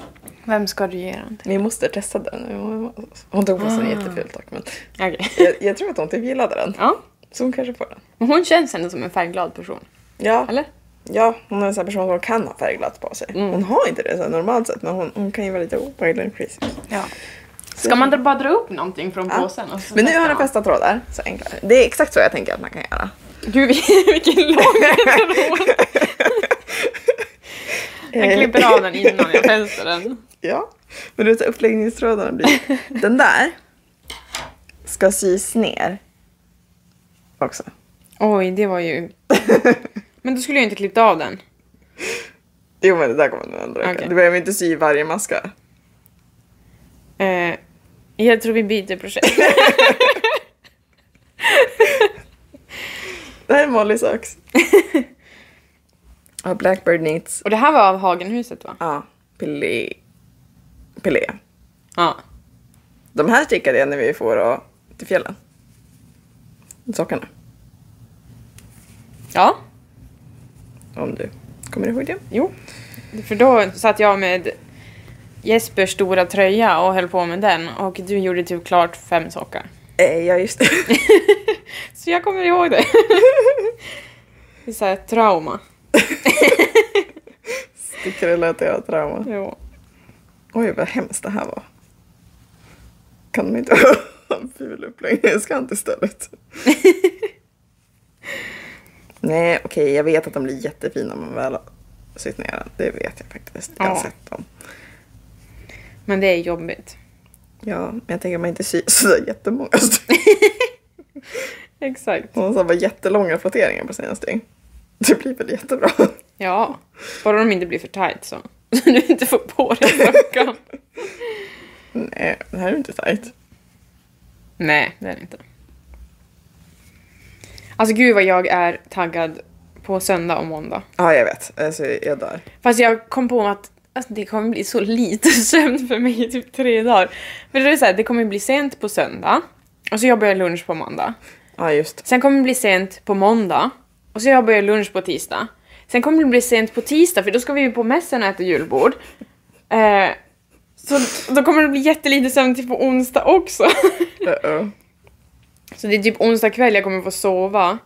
B: Vem ska du ge den till?
A: Min moster testade den. och Hon tog på
B: Ah.
A: sig den jättefult dock. Men
B: Okej. *laughs*
A: jag, jag tror att hon typ gillade den.
B: Ja.
A: Så hon kanske får den.
B: Men hon känns ändå som en färgglad person.
A: Ja,
B: Eller?
A: Ja, hon är en sån här person som kan ha färgglatt på sig.
B: Mm.
A: Hon har inte det så här normalt sett men hon, hon kan ju vara lite obehaglig och crazy.
B: Ja. Ska man dra- bara dra upp någonting från
A: Ja.
B: påsen? Och så
A: Men nu
B: testar
A: har den
B: man?
A: fästa trådar, så enklare. Det är exakt så jag tänker att man kan göra.
B: Gud vil- *laughs* vilken lång tråd!
A: *laughs*
B: Jag klipper av den innan jag fäster den.
A: Ja, men du vet uppläggningstrådarna blir...
B: *laughs*
A: Den där ska sys ner också. *laughs*
B: Oj, det var ju... Men då skulle jag inte klippt av den.
A: Jo men det där kommer du ändå räcka.
B: Okej.
A: Du behöver inte sy varje maska.
B: Eh, jag tror vi byter projekt.
A: Det här är Molly
B: *laughs*
A: Socks. ja, Blackbird Knits.
B: Och det här var av Hagenhuset va?
A: Ja, Pelé. Pelé.
B: Ja.
A: De här stickade jag när vi får och, till fjällen. Sockarna.
B: Ja,
A: Om du kommer ihåg det.
B: jo. För då satt jag med Jespers stora tröja och höll på med den och du gjorde typ klart fem sockar. *laughs*
A: Eh, ja, just det.
B: Så jag kommer ihåg det. *laughs* Det är såhär trauma.
A: Stickade lät jag trauma.
B: Jo.
A: Oj, vad hemskt det här var. Kan de inte ha *laughs* en ful uppläggningskant istället? Nej, okej, jag vet att de blir jättefina om man väl har sytt ner den. Det vet jag faktiskt. Jag har
B: Ja.
A: sett dem.
B: Men det är jobbigt.
A: Ja, men jag tänker att man inte syr sådär jättemånga stygn.
B: Exakt.
A: Hon har bara jättelånga flotteringar på sina stygn. Det blir väl jättebra.
B: Ja. Bara de inte blir för tight så. *laughs* Så du inte får på dig sockan.
A: Nej, det här är inte tajt.
B: Nej, det är det inte. Alltså gud vad jag är taggad på söndag och måndag.
A: Ja, jag vet. Alltså, jag dör.
B: Fast jag kom på att alltså, det kommer bli så lite *laughs* sömn för mig i typ tre dagar. För det är så här, det kommer bli sent på söndag. Och så jobbar jag lunch på måndag.
A: Ja, just.
B: Sen kommer det bli sent på måndag. Och så jobbar jag lunch på tisdag. Sen kommer det bli sent på tisdag för då ska vi ju på mässan och äta julbord. Eh, så då kommer det bli jättelite sömn till på onsdag också. *laughs*
A: Uh-oh.
B: Så det är typ onsdag kväll jag kommer få sova.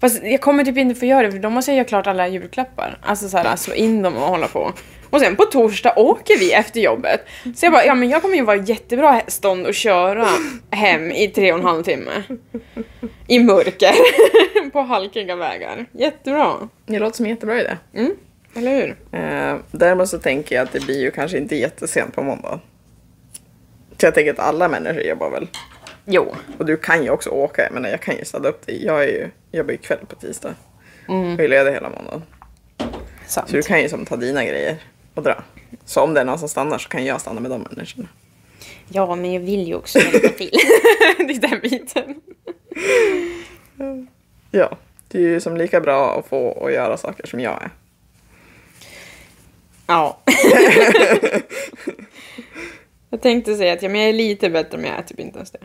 B: Fast jag kommer typ inte få göra det för då måste jag göra klart alla julklappar. Alltså så
A: Mm.
B: här, slå in dem och hålla på. Och sen på torsdag åker vi efter jobbet. Så jag bara, ja men jag kommer ju vara i jättebra stånd att köra hem i tre och en halv timme. I mörker. *laughs* på halkiga vägar. Jättebra.
A: Det låter som en jättebra idé.
B: Mm, eller hur?
A: Eh, däremot så tänker jag att det blir ju kanske inte jättesent på måndag. Så jag tänker att alla människor jobbar väl.
B: Jo.
A: Och du kan ju också åka, jag menar jag kan ju städa upp dig. Jag är ju, jobbar ju kväll på tisdag. Och är ledig hela måndagen.
B: Mm. Sant.
A: Så du kan ju som ta dina grejer och dra. Så om det är någon som stannar så kan jag stanna med de människorna.
B: Ja, men jag vill ju också hjälpa till. *laughs* det är den biten.
A: Ja, det är ju som lika bra att få och göra saker som jag är.
B: *laughs* Ja. jag tänkte säga att ja, men jag är lite bättre men jag är typ inte ens det.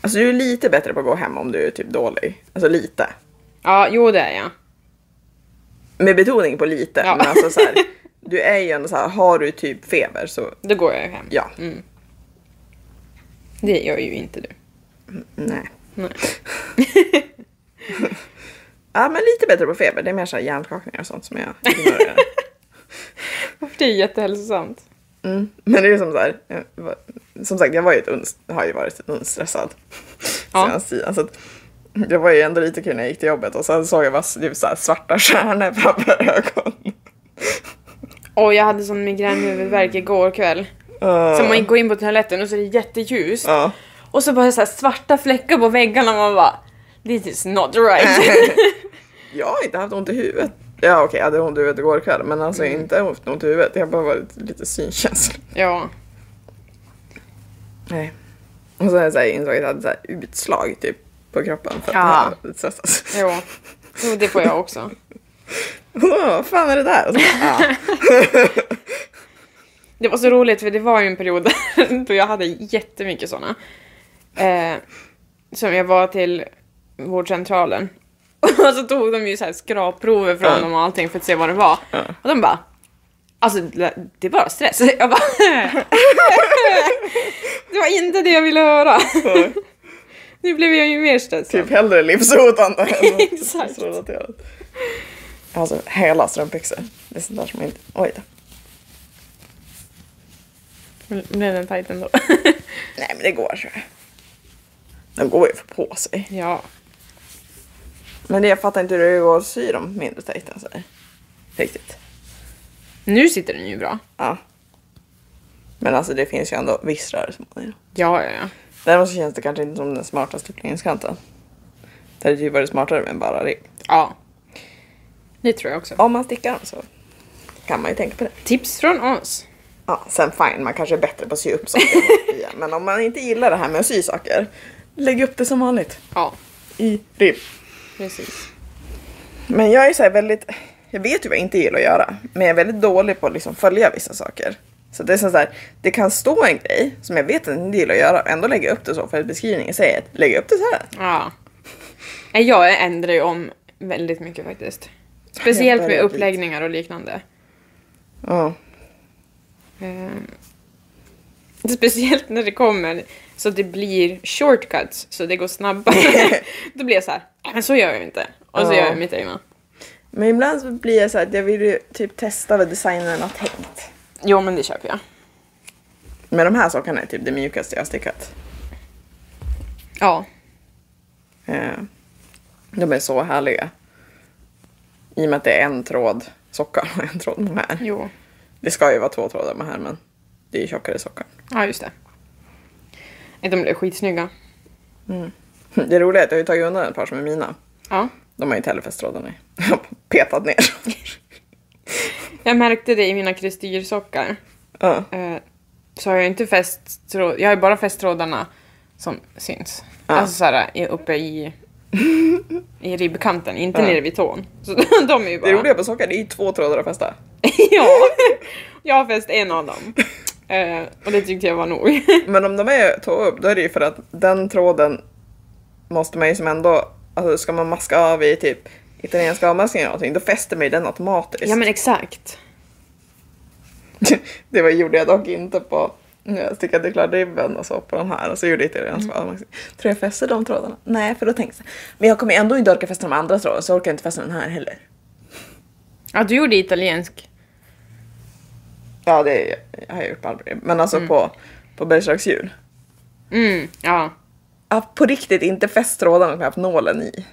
A: Alltså du är lite bättre på att gå hem om du är typ dålig. Alltså lite.
B: Ja, jo det är jag.
A: Med betoning på lite.
B: Ja.
A: Men alltså så här, du är ju ändå så här, har du typ feber så
B: Då går jag ju hem.
A: ja.
B: Mm. Det gör ju inte du.
A: Nej.
B: Nej.
A: *laughs* Ja, men lite bättre på feber. Det är mer så här hjärnskakningar och sånt som jag
B: *laughs*
A: ignorerar.
B: Mm. För det är ju jättehälsosamt.
A: Mm. Men det är ju som så här, jag var- som sagt jag var ju ett uns, har ju varit ett unstressad
B: Ja.
A: senaste tiden. Så att, jag var ju ändå lite kul när jag gick till jobbet och sen såg jag bara s- typ så här svarta *laughs* stjärnor framför
B: *laughs*
A: ögonen.
B: Och jag hade sån migränhuvudvärk igår kväll.
A: Uh,
B: Så man går in på toaletten och så är det jätteljust.
A: ja.
B: Och så bara så här svarta fläckar på väggarna och man bara This is not *laughs* right.
A: Jag har inte haft ont i huvudet. Ja okej, jag hade ont i huvudet igår kväll men alltså
B: Mm.
A: inte haft ont i huvudet. Jag har bara varit lite synkänslig.
B: ja.
A: Nej. Och sen har jag så här insåg att jag hade så här utslag typ på kroppen för att
B: Ja.
A: jag var stressad.
B: Jo. jo, det får jag också.
A: Åh, vad fan är det där? Och
B: *laughs*
A: så, bara, ah.
B: Det var så roligt för det var ju en period *laughs* då jag hade jättemycket såna. Eh, som jag var till vårdcentralen. *laughs* Och så tog de ju så här skrapprover från
A: Ja.
B: dem och allting för att se vad det var. Och de bara Alltså det det är bara stress. *laughs* Jag bara Det var inte det jag ville höra. *laughs*
A: Nej.
B: Nu blev jag ju mer stressad.
A: typ hellre livshotande än
B: *laughs* Exakt.
A: stressrelaterat. Alltså hela strumpbyxor. Det är sånt där som inte... Oj då.
B: Blev den tajt ändå? *laughs*
A: Nej men det går så. De går ju för på sig.
B: ja.
A: Men det, jag fattar inte hur det går att sy dem mindre tajta än så här. Riktigt.
B: Nu sitter den ju bra.
A: Ja. Men alltså det finns ju ändå viss rörelsemål i dem.
B: Ja, ja, ja.
A: Däremot så känns det kanske inte som den smartaste uppläggningskanten. Det hade ju varit smartare med en bara ring.
B: Ja. Det tror jag också.
A: Om man stickar dem så kan man ju tänka på det.
B: Tips från oss.
A: Ja, sen fine, man kanske är bättre på att sy upp saker. igen. Men om man inte gillar det här med att sy saker, lägg upp det som vanligt.
B: Ja,
A: I rim.
B: precis.
A: Men jag är så här väldigt, jag vet ju vad jag inte gillar att göra, men jag är väldigt dålig på att liksom följa vissa saker. Så det är så här, det kan stå en grej som jag vet att jag inte gillar att göra, ändå lägger jag upp det så för att beskrivningen säger att lägg upp det så här.
B: Ja. Nej, Jag ändrar ju om väldigt mycket faktiskt. Speciellt med
A: börjar dit.
B: uppläggningar och liknande.
A: Ja.
B: Ehm, *laughs* Speciellt när det kommer så att det blir shortcuts, så det går *laughs* snabbare. Då blir jag så här, "Nej, men så gör jag ju inte. Och så
A: Ja.
B: gör jag mitt egna.
A: Men ibland så blir jag så här att jag vill ju typ testa vad designern har tänkt.
B: Jo, men det köper jag.
A: Men de här sakerna är typ det mjukaste jag har stickat.
B: Ja.
A: Eh, De är så härliga. I och med att det är en tråd sockar och en tråd med här.
B: Jo.
A: Det ska ju vara två trådar med här men det är ju tjockare sockar. *laughs*
B: Ja, just det. Nej, De blev skitsnygga.
A: Det roliga är att jag har ju tagit undan ett par som är mina.
B: Ja.
A: De har ju inte heller fäst trådarna i. *laughs* Jag har Petat ner.
B: Jag märkte det i mina kristyrsockar.
A: Ja.
B: Eh, så har jag inte fäst tråd, jag har ju bara fäst trådarna som syns.
A: Ja.
B: Alltså såhär i- uppe i, i ribbkanten, inte
A: Ja.
B: nere vid tån. Så *laughs* de är ju bara...
A: Det roliga på sockar det är ju två trådar att fästa.
B: ja, jag har fäst en av dem. Eh, och det tyckte jag
A: *laughs*
B: var nog.
A: Men om de är tå upp då är det ju för att den tråden måste man ju som ändå, alltså ska man maska av i typ italienska avmaskningar eller någonting då fäster man ju den automatiskt.
B: ja men exakt.
A: *laughs* det var, gjorde jag dock inte på när jag stickade klart ribben och så på den här och så gjorde jag italiensk
B: Mm.
A: avmaskning. Tror jag fäster de trådarna? Nej för då tänkte jag men jag kommer ändå inte orka fästa de andra trådarna så jag orkar inte fästa den här heller.
B: Ja, du gjorde italiensk.
A: Ja, det är, jag har jag gjort på Albrecht. Men alltså på, på Bergslags jul.
B: Mm, ja.
A: Jag har på riktigt inte fäst trådarna som jag haft nålen
B: *laughs*
A: i.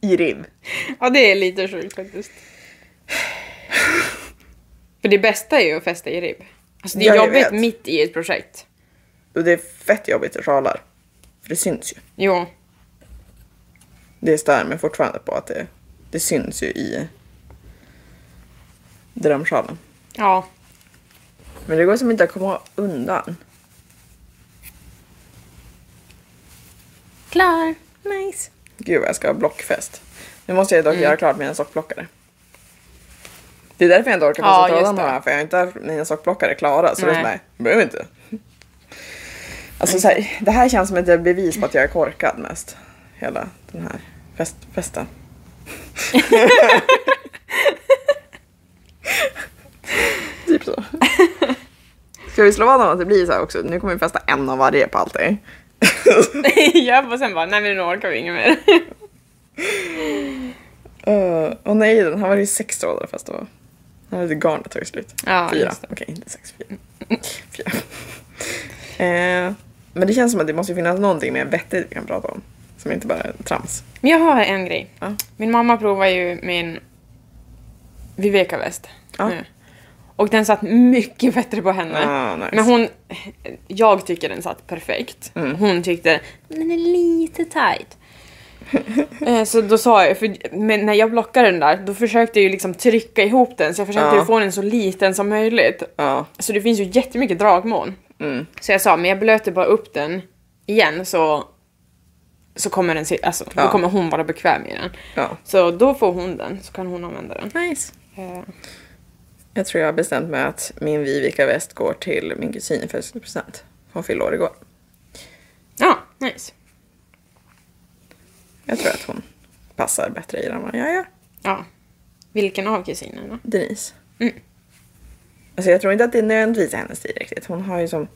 A: I riv.
B: Ja, det är lite sjukt faktiskt. För det bästa är ju att fästa i ribb. Alltså det är
A: Ja, jag
B: jobbigt
A: vet.
B: mitt i ett projekt.
A: Och det är fett jobbigt att sjalar. För det syns ju.
B: Jo.
A: Det stör mig fortfarande på att det, det syns ju i drömsjalen.
B: Ja.
A: Men det går som inte att komma undan.
B: *laughs* Klar.
A: Nice. Gud vad jag ska ha blockfest. Nu måste jag dock
B: Mm.
A: göra klart mina sockplockare. Det är därför jag inte orkar
B: Ja,
A: passa
B: just
A: trådarna
B: det.
A: här, för jag har inte haft mina sockplockare klara. Så det är
B: Nej.
A: såhär, jag behöver inte. Alltså så här, det här känns som ett bevis på att jag är korkad mest. Hela den här fest,
B: *laughs*
A: festen. typ så. Ska vi slå vad om att det blir så här också? Nu kommer vi festa en av varje på eh? allting.
B: ja, och sen bara, nej men nu orkar vi inget mer. *laughs*
A: Uh, och nej, den här var det ju sex trådar fast det var... Den hade garnet tagit slut.
B: Ja,
A: fyra.
B: just det.
A: Okej, inte sex, fyra. fyra. Eh, men det känns som att det måste ju finnas någonting mer vettigt vi kan prata om. Som inte bara är trams.
B: Men jag har en grej.
A: Ja.
B: Min mamma provar ju min Viveka-väst
A: Ja.
B: nu. Och den satt mycket bättre på henne.
A: Ah, nice. Mm.
B: Men hon... Jag tycker den satt perfekt. Hon tyckte den är
A: *laughs*
B: lite tight. Eh, så då sa jag, för men när jag blockade den där, då försökte jag ju liksom trycka ihop den så jag försökte
A: Ja.
B: ju få den så liten som möjligt.
A: Ja.
B: Så det finns ju jättemycket dragmån.
A: Mm.
B: Så jag sa, men jag blöter bara upp den igen så, så kommer, den, sit- alltså,
A: Ja.
B: då kommer hon vara bekväm i den.
A: ja.
B: Så då får hon den, så kan hon använda den.
A: Nice.
B: Eh,
A: Jag tror jag har bestämt mig att min Vivica väst går till min kusin i födelsedagspresent. Hon fyllde år igår.
B: Ja, nice.
A: Jag tror att hon passar bättre i den än vad jag gör.
B: Ja. Vilken av kusinerna?
A: Denise.
B: Mm.
A: Alltså jag tror inte att det är nödvändigtvis hennes stil riktigt. Hon har ju som...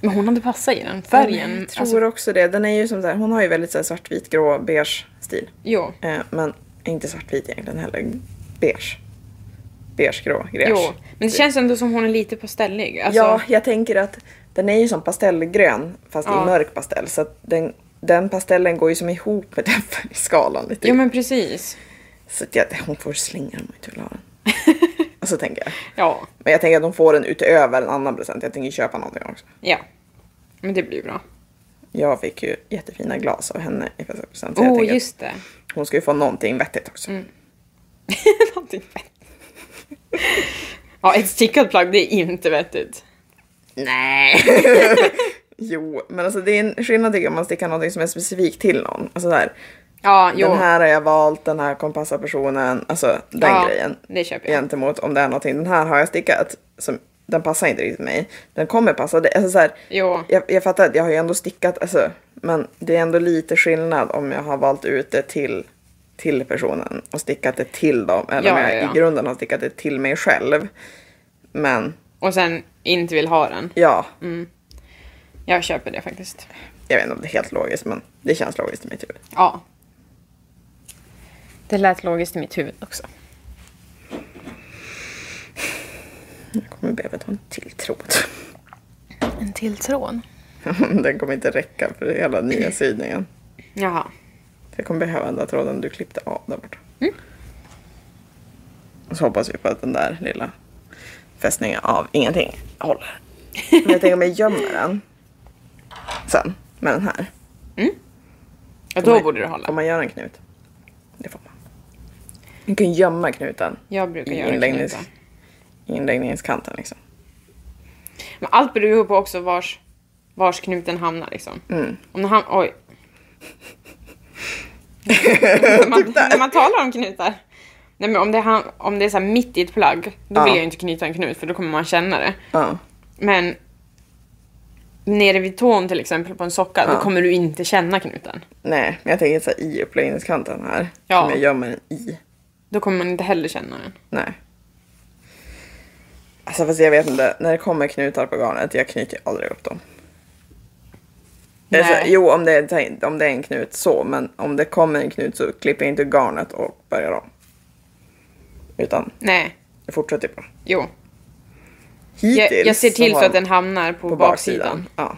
B: Men hon hade passat i den
A: Ja,
B: färgen.
A: Mm, Jag tror
B: alltså,
A: också det. Den är ju som så här, hon har ju väldigt så här svartvit, grå, beige stil.
B: jo.
A: Eh, men Inte svartvit egentligen heller. Beige. Beigegrå, gräs.
B: Jo, alltså- men det känns ändå som hon är lite pastellig. Alltså,
A: Ja, jag tänker att den är ju som pastellgrön fast
B: Ja.
A: i mörk pastell så att den, den pastellen går ju som ihop med den *laughs* färgskalan lite.
B: ja men precis. *laughs*
A: Så att jag, hon får slänga den om hon inte vill ha den. Och så tänker jag.
B: Ja,
A: Men jag tänker att de får den utöver en annan present. Jag tänker köpa någonting också.
B: ja. Men det blir ju bra.
A: Jag fick ju jättefina glas av henne i present. Så jag
B: Åh, oh,
A: tänker att
B: just Mm. det.
A: Hon ska ju få någonting vettigt också.
B: *laughs* Någonting *laughs* fett. Ja, ett stickat plagg, det är inte vettigt.
A: Nej. jo, men alltså det är en skillnad tycker jag om man stickar någonting som är specifikt till någon. Alltså så här,
B: Ja, jo.
A: den här har jag valt, den här kommer passa personen. Alltså den
B: ja,
A: grejen.
B: Det köper jag.
A: Gentemot om det är någonting, den här har jag stickat. Som, den passar inte riktigt mig. Den kommer passa dig. Alltså så här,
B: Jo.
A: jag, jag fattar att jag har ju ändå stickat, alltså, men det är ändå lite skillnad om jag har valt ut det till, till personen och stickat det till dem. Eller om
B: Ja,
A: jag
B: ja, ja.
A: i grunden har stickat det till mig själv. Men
B: Och sen inte vill ha den.
A: ja,
B: Jag köper det faktiskt.
A: jag vet inte om det är helt logiskt men det känns logiskt i mitt huvud.
B: Ja. Det lät logiskt i mitt huvud också.
A: Jag kommer behöva ta en till tråd. *laughs*
B: En till tråd.
A: Den kommer inte räcka för hela nya sydningen.
B: Jaha.
A: Jag kommer behöva den där tråden du klippte av där borta.
B: Mm.
A: Och så hoppas vi på att den där lilla fästningen av ingenting
B: *laughs*
A: håller. Men jag tänker om jag gömmer den sen med den här.
B: Ja, då borde du
A: Får
B: hålla.
A: man göra en knut? Det får man. Man kan gömma knuten
B: Jag brukar
A: i
B: göra
A: inläggnings-
B: knutar.
A: i inläggningskanten liksom.
B: Men allt beror på också vars, vars knuten hamnar liksom.
A: Mm.
B: Om den ham- Oj. när, man, när man talar om knutar. Nej men om det, ham- om det är så här mitt i ett plagg, då
A: Ja.
B: vill jag ju inte knyta en knut för då kommer man känna det.
A: Ja.
B: Men nere vid tån till exempel på en socka, då kommer du inte känna knuten.
A: Nej, men jag tänker så här i uppläggningskanten här.
B: Ja.
A: Om jag gömmer den i.
B: Då kommer man inte heller känna den.
A: Nej. Alltså fast jag vet inte, när det kommer knutar på garnet, jag knyter ju aldrig upp dem. Alltså,
B: Nej.
A: jo, om det, är, om det är en knut så, men om det kommer en knut så klipper jag inte garnet och börjar om. Utan
B: Nej,
A: jag fortsätter bara.
B: jo.
A: Hittills
B: Jag, jag ser
A: så
B: till
A: har
B: så att den hamnar på,
A: på
B: baksidan.
A: baksidan. Ja.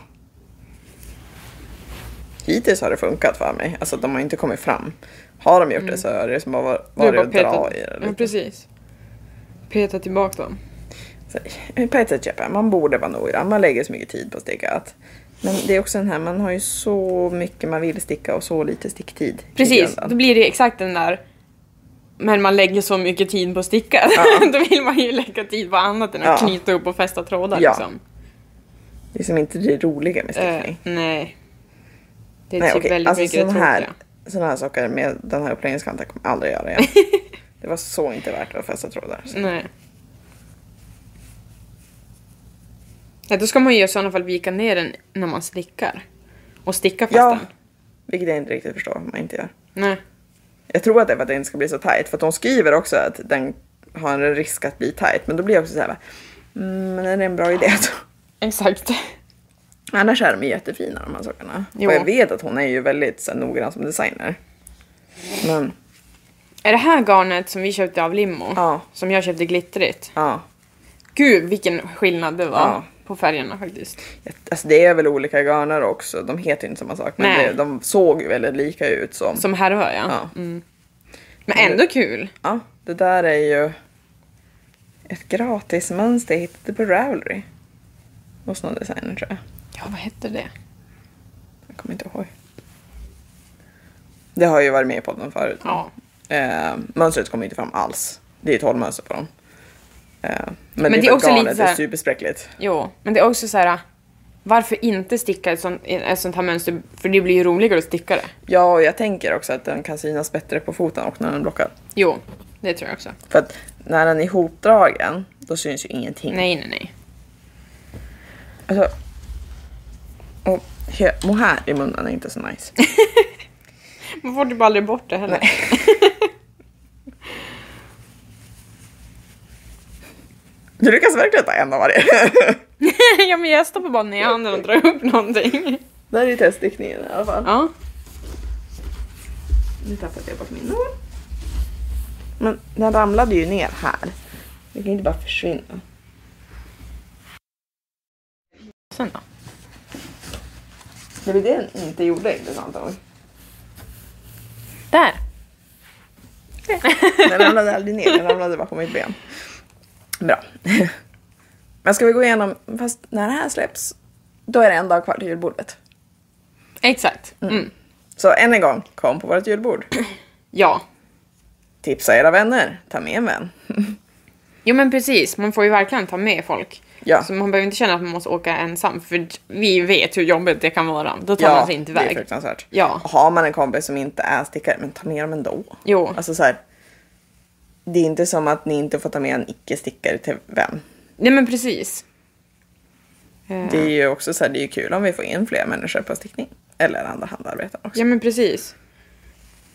A: Hittills har det funkat för mig, alltså de har inte kommit fram. Har de gjort det så är det som bara
B: Mm. Du har
A: varit
B: bara
A: att dra
B: petat.
A: i det.
B: Ja,
A: lite.
B: precis. Peta tillbaka dem.
A: Så, eh, På ett sätt köper jag. Man borde vara noggrann. Man lägger så mycket tid på att sticka. Att, men det är också den här, man har ju så mycket man vill sticka och så lite sticktid. i
B: Precis,
A: grunden.
B: då blir det exakt den där men man lägger så mycket tid på att sticka. *laughs* då vill man ju lägga tid på annat än att
A: Ja.
B: knyta upp och fästa trådar
A: Ja.
B: liksom.
A: Det är som inte det roliga med
B: Eh,
A: stickning.
B: nej. Det är
A: Nej
B: typ
A: okej,
B: väldigt
A: alltså
B: mycket det
A: sådana här,
B: tråkiga.
A: såna här saker med den här uppläggningskanten kommer jag aldrig göra
B: *laughs*
A: igen. det var så inte värt att fästa trådar. Så.
B: Nej. Ja, då ska man ju i sådana fall vika ner den när man stickar. Och sticka fast
A: Ja,
B: den.
A: vilket jag inte riktigt förstår vad man inte gör.
B: Nej.
A: Jag tror att det är för att det inte ska bli så tight. För att de skriver också att den har en risk att bli tight. Men då blir jag också så här, mm, men är det en bra idé?
B: Exakt.
A: Annars är de ju jättefina de här sakerna.
B: Jo.
A: Och jag vet att hon är ju väldigt så, här, noggrann som designer. Men
B: Är det här garnet som vi köpte av Limmo?
A: Ja.
B: Som jag köpte glittrigt?
A: ja,
B: Gud vilken skillnad det var
A: Ja.
B: på färgerna faktiskt.
A: Jag- alltså, det är väl olika garner också. De heter ju inte samma sak men
B: Nej.
A: det, de såg ju väldigt lika ut som...
B: Som här hör jag.
A: Ja.
B: Mm. Men ändå kul.
A: Ja, det där är ju ett gratismönster jag hittade på Ravelry. Hos någon designer tror jag.
B: Ja, vad hette det?
A: Jag kommer inte ihåg. Det har ju varit med i podden förut.
B: Ja.
A: Eh, mönstret kommer inte fram alls. Det är 12 mönster på dem. Eh, men,
B: det är
A: för att
B: också lite
A: garnet
B: så här-
A: är superspräckligt.
B: Jo, men det är också så här. Varför inte sticka ett sånt, ett sånt här mönster? För det blir ju roligare att sticka det.
A: Ja, och jag tänker också att den kan synas bättre på foten och när den är blockad.
B: Jo, det tror jag också.
A: För att när den är ihopdragen, då syns ju ingenting.
B: Nej, nej, nej.
A: Alltså, och hö- mohair i munnen är inte så nice.
B: Man får typ aldrig bort det heller.
A: Nej. Du lyckas verkligen ta en av varje.
B: *laughs*
A: *laughs*
B: ja, men jag stoppar bara ner handen och drar upp någonting.
A: Det här är ju teststickningen i alla fall.
B: Ja.
A: Nu tappade jag bort min nål. Men den ramlade ju ner här. Den kan ju inte bara försvinna.
B: Sen då?
A: Det var det den inte gjorde intressant nog.
B: Där!
A: Den ramlade aldrig ner, den ramlade bara på mitt ben. Bra. Men ska vi gå igenom, fast när det här släpps, då är det en dag kvar till julbordet.
B: Exakt. Mm.
A: Så än en gång, kom på vårt julbord.
B: Ja.
A: Tipsa era vänner, ta med en vän.
B: Jo men precis, man får ju verkligen ta med folk.
A: Ja.
B: Så man behöver inte känna att man måste åka ensam för vi vet hur jobbigt det kan vara. Då tar man sig inte
A: det är
B: iväg.
A: fruktansvärt.
B: Ja.
A: Och Har man en kompis som inte är stickare, men ta med dem ändå.
B: Jo.
A: Alltså så här, det är inte som att ni inte får ta med en icke-stickare till vän.
B: Nej men precis. Eh,
A: Det är ju också så här, det är ju kul om vi får in fler människor på stickning. Eller andra handarbeten också.
B: Ja men precis.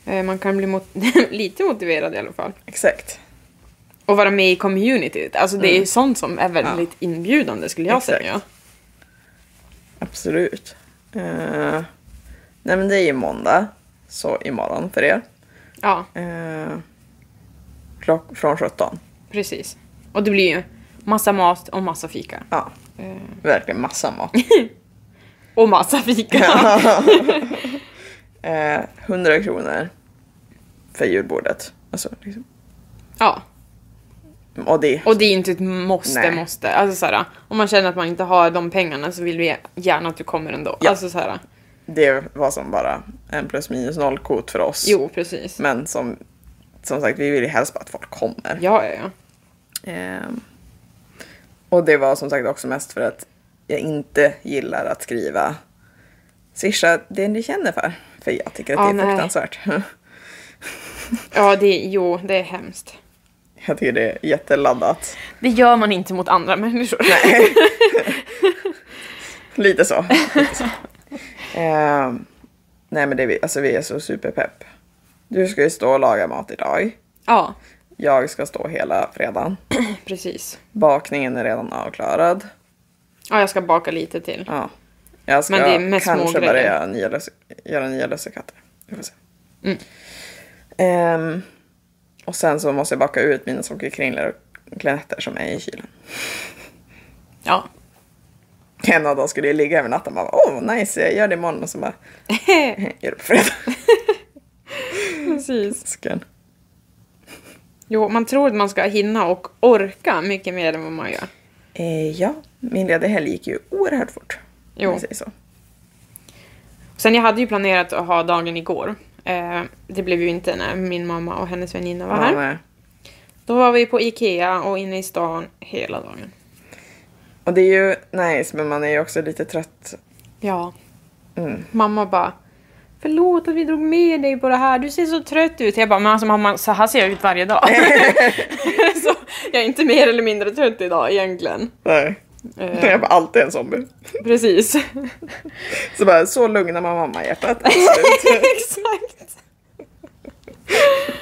B: Eh, Man kan bli mot- *laughs* lite motiverad i alla fall.
A: Exakt.
B: Och vara med i communityt. Alltså det är sånt som är väldigt inbjudande skulle jag
A: Exakt.
B: säga.
A: Absolut. Uh, nej men det är ju måndag. Så imorgon för er.
B: Ja,
A: Eh, klock- från 17.
B: precis. Och det blir ju massa mat och massa fika.
A: Ja,
B: Eh,
A: verkligen massa mat.
B: Och massa fika.
A: *laughs* Eh, 100 kronor för julbordet. Alltså, liksom.
B: ja.
A: Och det
B: Och det är inte ett måste,
A: Nej.
B: måste. Alltså såhär, om man känner att man inte har de pengarna så vill vi gärna att du kommer ändå.
A: Ja.
B: Alltså såhär,
A: det var som bara en plus minus noll kvot för oss.
B: jo precis.
A: Men som, som sagt, vi vill ju helst bara att folk kommer.
B: Ja, ja, ja.
A: Ehm, och det var som sagt också mest för att jag inte gillar att skriva swisha det ni känner för. För jag tycker att
B: Ja,
A: det är
B: nej.
A: fruktansvärt. *laughs*
B: Ja, det, jo, det är hemskt.
A: Jag tycker det är jätteladdat.
B: Det gör man inte mot andra människor.
A: Lite så. Lite så. Ehm, nej men det är vi, alltså vi är så superpepp. Du ska ju stå och laga mat idag.
B: *laughs* Ja, *clears throat*
A: Jag ska stå hela fredagen.
B: precis.
A: Bakningen är redan avklarad.
B: Ja, jag ska baka lite till.
A: Ja. Jag ska
B: Men det är mest
A: kanske
B: smågrejer.
A: börja göra nya, lös- göra nya lussekatter. Vi får se.
B: Mm.
A: Ehm, och sen så måste jag baka ut mina sockerkringlor och klenetter som är i kylen.
B: Ja.
A: En av dem skulle ju ligga över natten. Man bara, åh oh, nice, jag gör det imorgon. Och så bara, gör det på fredag.
B: *laughs*
A: *laughs*
B: precis.
A: Sken.
B: Jo, man tror att man ska hinna och orka mycket mer än vad man gör.
A: Eh, ja, min lediga helg gick ju oerhört fort. om
B: Jo.
A: jag säger så.
B: Sen jag hade ju planerat att ha dagen igår. Eh, det blev ju inte när min mamma och hennes väninna var här.
A: Ja, men-
B: Då var vi på Ikea och inne i stan hela dagen.
A: och det är ju nice, men man är ju också lite trött.
B: Ja.
A: Mm.
B: Mamma bara Förlåt att vi drog med dig på det här, du ser så trött ut. Jag bara, men alltså mamma, så här ser jag ut
A: *laughs*
B: varje dag. *laughs* så jag är inte mer eller mindre trött idag egentligen.
A: Nej.
B: Eh,
A: Jag är bara alltid en zombie.
B: Precis.
A: Så bara, så lugnar man mamma-hjärtat.
B: *laughs* Exakt.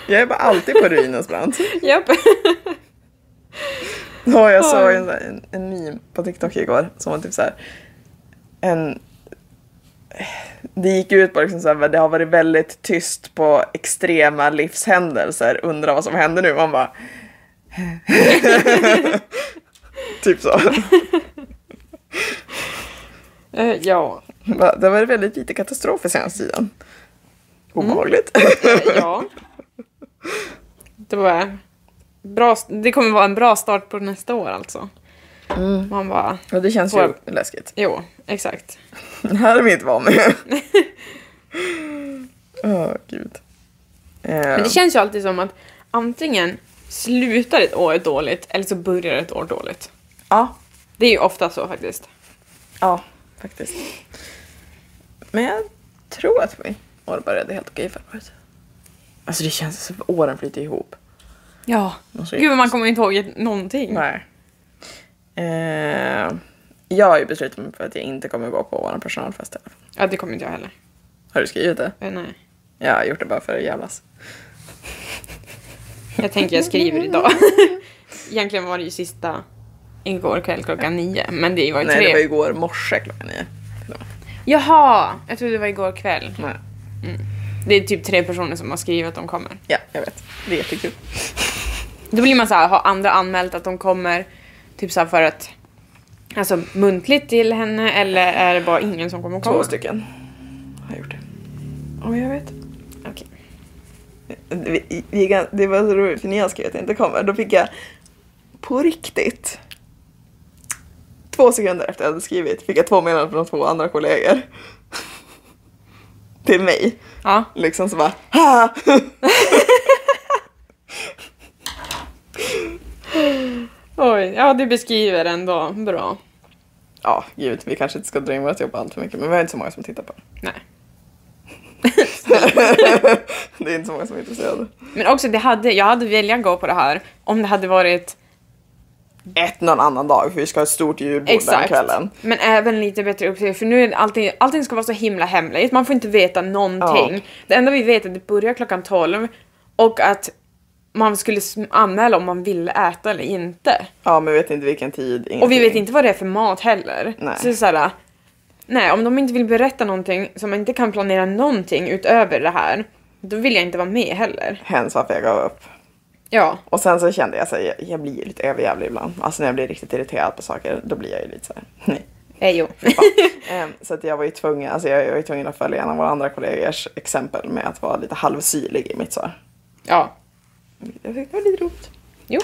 A: Jag är bara alltid på ruinens brant.
B: Japp.
A: Ja, jag såg en, en, en meme på TikTok igår som var typ så här. En, det gick ut på liksom så här, det har varit väldigt tyst på extrema livshändelser. Undrar vad som händer nu. Man bara... *laughs* typ så.
B: Eh, ja.
A: Bara, Det har varit väldigt lite katastrofer senaste tiden. Mm. *laughs* Obehagligt.
B: Eh, ja. Det var bra. Det kommer vara en bra start på nästa år alltså. Man bara,
A: Och det känns ju
B: Får-
A: läskigt.
B: jo, exakt.
A: Det här är vi inte van *laughs* med. Åh, gud.
B: Men
A: Eh,
B: det känns ju alltid som att antingen slutar ett år dåligt eller så börjar ett år dåligt.
A: ja,
B: Det är ju ofta så faktiskt.
A: Ja, faktiskt. Men jag tror att min år började helt okej förra året. Alltså det känns som att åren flyter ihop.
B: Ja.
A: Alltså,
B: Gud, men man kommer ju inte ihåg någonting.
A: Nej. Eh, jag har ju beslutat mig för att jag inte kommer gå på vår personalfest i alla fall.
B: Ja, det kommer inte jag heller.
A: Har du skrivit det?
B: Eh, Nej.
A: Jag har gjort det bara för att jävlas.
B: Jag tänker jag skriver idag. Egentligen var det ju sista igår kväll klockan nio, men det var ju
A: Nej,
B: tre.
A: det var igår morse klockan nio.
B: Jaha! Jag trodde det var igår kväll.
A: Nej.
B: Det är typ tre personer som har skrivit att de kommer.
A: Ja, jag vet. Det är jättekul.
B: Då blir man så här, har andra anmält att de kommer typ så här för att Alltså muntligt till henne eller är det bara ingen som kommer komma?
A: Två stycken har gjort det. Ja, jag vet.
B: Okej.
A: Vi- vi- vi kan- Det var så roligt för när jag skrev att jag inte kommer, då fick jag på riktigt två sekunder efter jag hade skrivit fick jag två meddelanden från två andra kollegor. *laughs* Till mig.
B: Ja.
A: Liksom så bara "Ha!"
B: Oj, ja du beskriver ändå bra.
A: Ja, gud, vi kanske inte ska dra in vårt jobb allt för mycket, men vi har inte så många som tittar på det. *laughs*
B: Nej. *laughs*
A: det är inte så många som är intresserade.
B: Men också, det hade, jag hade velat gå på det här om det hade varit
A: Ett någon annan dag, för vi ska ha ett stort julbord den
B: exakt.
A: kvällen.
B: Men även lite bättre uppsikt för nu är det allting, allting ska vara så himla hemligt. Man får inte veta någonting.
A: Ja.
B: Det enda vi vet är att det börjar klockan 12 och att man skulle sm- anmäla om man ville äta eller inte.
A: Ja, men vi vet inte vilken tid.
B: Och vi
A: ingenting.
B: vet inte vad det är för mat heller.
A: Nej.
B: Så det är såhär, nej om de inte vill berätta någonting som man inte kan planera någonting utöver det här, då vill jag inte vara med heller.
A: Hens varför jag gav upp.
B: Ja.
A: Och sen så kände jag så här, jag- jag blir ju lite överjävlig ibland. Alltså när jag blir riktigt irriterad på saker, då blir jag ju lite så här, *laughs* nej.
B: Eh, jo. *laughs*
A: Ehm, så att jag var ju tvungen, alltså jag, jag var ju tvungen att följa en av våra andra kollegors exempel med att vara lite halvsyrlig i mitt svar.
B: ja.
A: Jag tyckte det var lite roligt.
B: Jo.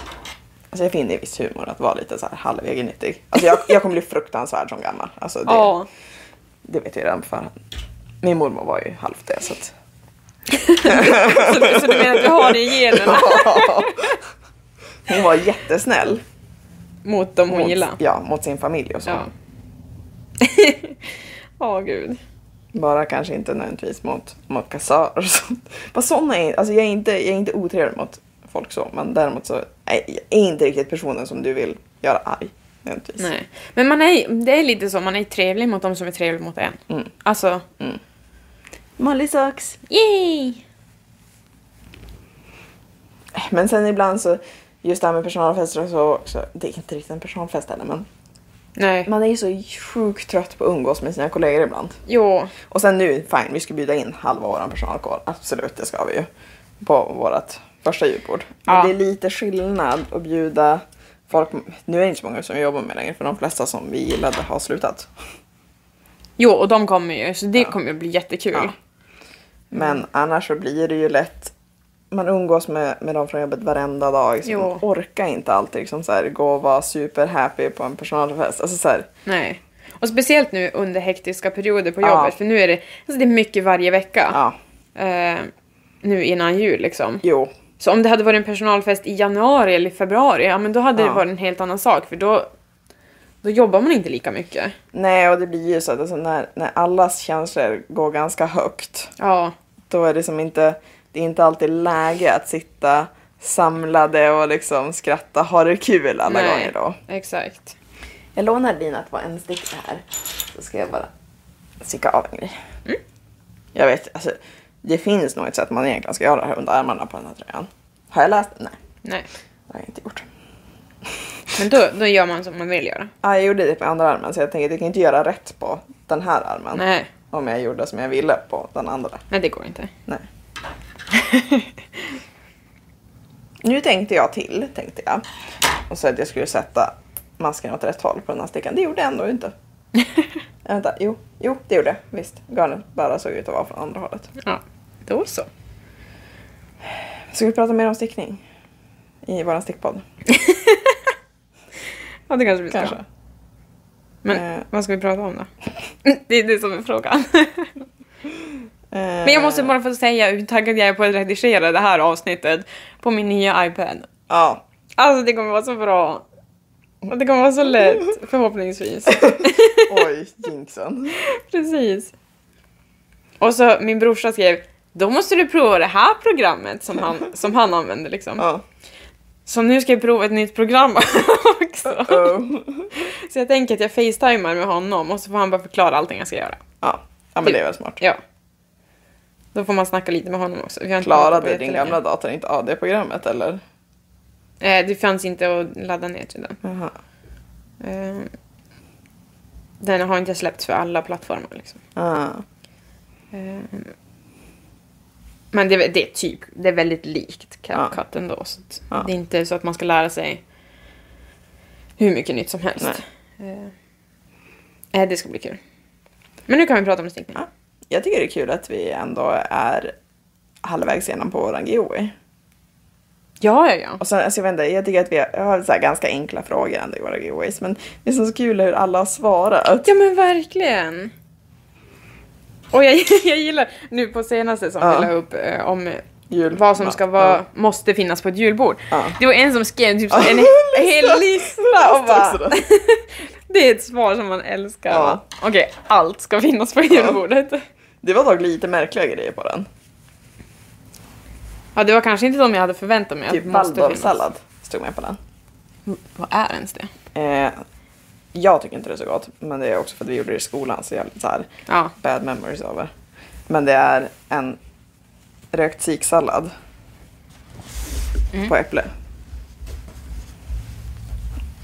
A: Alltså jag finner viss humor att vara lite så här halvegennyttig. Alltså jag, jag kommer bli fruktansvärd som gammal. Alltså det,
B: Ja.
A: det vet jag redan på förhand. Min mormor var ju halvt det så att...
B: Så, så du menar att du har det i generna?
A: Hon var jättesnäll.
B: Mot dem
A: *laughs*
B: hon
A: mot,
B: gillar?
A: ja, mot sin familj och så.
B: Ja. *laughs* Åh gud.
A: Bara kanske inte nödvändigtvis mot, mot kassörer och sånt. Vad såna är, alltså jag är inte, jag är inte otrevlig mot folk så, men däremot så är jag är inte riktigt personen som du vill göra arg. Nödvändigtvis.
B: Nej. Men man är, det är lite så, man är trevlig mot dem som är trevliga mot en.
A: Mm.
B: Alltså,
A: Molly sucks.
B: yay!
A: Men sen ibland så, just det här med personalfester och så också, det är inte riktigt en personalfest heller men
B: Nej.
A: man är ju så sjukt trött på att umgås med sina kollegor ibland.
B: Jo.
A: Och sen nu, fine, vi ska bjuda in halva våran personalkår. Absolut, det ska vi ju. På vårt första julbord. Men
B: Ja.
A: det är lite skillnad att bjuda folk... Nu är det inte så många som jag jobbar med längre, för de flesta som vi gillade har slutat.
B: Jo, och de kommer ju, så det kommer ju bli jättekul.
A: Ja. Men annars så blir det ju lätt... Man umgås med, med dem från jobbet varenda dag. Så
B: Jo.
A: man orkar inte alltid liksom så här, gå och vara superhappy på en personalfest. Alltså så här,
B: Nej. Och speciellt nu under hektiska perioder på
A: Ja.
B: jobbet, för nu är det, alltså det är mycket varje vecka.
A: ja,
B: Eh, nu innan jul liksom.
A: jo.
B: Så om det hade varit en personalfest i januari eller februari, ja men då hade
A: Ja.
B: det varit en helt annan sak för då, då jobbar man inte lika mycket.
A: Nej, och det blir ju så att alltså, när, när allas känslor går ganska högt.
B: Ja.
A: då är det som inte, det är inte alltid läge att sitta samlade och liksom skratta, ha det kul alla
B: nej,
A: gånger då.
B: Exakt.
A: Jag lånar din att vara en stick här, så ska jag bara sticka av en grej.
B: Mm.
A: Jag vet, alltså det finns nog ett sätt man egentligen ska göra det här under armarna på den här tröjan. Har jag läst? Nej,
B: Nej.
A: det har jag inte gjort.
B: Men då, då gör man som man vill göra.
A: Ah, jag gjorde det på andra armen så jag tänker att jag kan inte göra rätt på den här armen.
B: Nej.
A: Om jag gjorde som jag ville på den andra.
B: Nej, det
A: *laughs*
B: går inte.
A: Nej. nu tänkte jag till, tänkte jag. Och så att jag skulle sätta masken åt rätt håll på den här stickan. Det gjorde jag ändå inte. Äh, Vänta, jo, jo det gjorde jag. Visst, garnet bara såg ut att vara från andra hållet.
B: ja, då så.
A: Ska vi prata mer om stickning? I våran stickpodd?
B: Ja, det kanske vi ska.
A: Kanske.
B: Men
A: Eh.
B: vad ska vi prata om då? *laughs* Det är det som är frågan.
A: Eh,
B: Men jag måste bara få säga hur taggad jag är på att redigera det här avsnittet på min nya iPad.
A: Ja.
B: Alltså det kommer vara så bra. Och det kommer vara
A: *laughs*
B: så lätt, förhoppningsvis.
A: Oj, jinxen.
B: Precis. Och så min brorsa skrev då måste du prova det här programmet som han, som han använder liksom.
A: Ja.
B: Så nu ska jag prova ett nytt program *laughs* också.
A: Oh.
B: Så jag tänker att jag facetimar med honom och så får han bara förklara allting jag ska göra.
A: Ja. ja, men det är väl smart.
B: Ja. Då får man snacka lite med honom också. Vi har inte pratat på
A: Klarade din
B: jättelänge.
A: gamla dator inte av det programmet eller?
B: Eh, det fanns inte att ladda ner till den.
A: Jaha.
B: Eh, den har inte släppts för alla plattformar liksom.
A: Ah.
B: Eh, Men det, är- det är typ, det är väldigt likt CapCut
A: Ja.
B: ändå. Så att
A: Ja.
B: Det är inte så att man ska lära sig hur mycket nytt som helst. Eh, Nej. det ska bli kul. Men nu kan vi prata om stickning.
A: Ja. Jag tycker det är kul att vi ändå är halvvägs igenom på våran GOI.
B: Ja, ja, ja.
A: Och sen, alltså jag, vet inte, jag tycker att vi har, jag har så här ganska enkla frågor ändå i våra giveaways. Men det är så kul hur alla har svarat.
B: Ja men verkligen. Och jag, *laughs* jag gillar nu på senaste som
A: Ja.
B: vi la upp eh, om
A: Jul-
B: vad som
A: ja,
B: ska vara,
A: ja.
B: måste finnas på ett julbord.
A: Ja.
B: Det var en som skrev typ så
A: *laughs* Ja,
B: en
A: lista.
B: hel lista och
A: Lista också
B: bara,
A: då.
B: *laughs* Det är ett svar som man älskar.
A: Ja.
B: Okej, allt ska finnas på julbordet.
A: Det var dock lite märkliga grejer på den.
B: Ja, det var kanske inte de jag hade förväntat mig. att
A: Typ
B: måste
A: waldorfsallad stod med på den.
B: finnas. Vad är ens det?
A: Eh, jag tycker inte det är så gott, men det är också för att vi gjorde det i skolan så jag har lite så här
B: Ja.
A: bad memories av det. Men det är en rökt siksallad
B: Mm.
A: på äpple.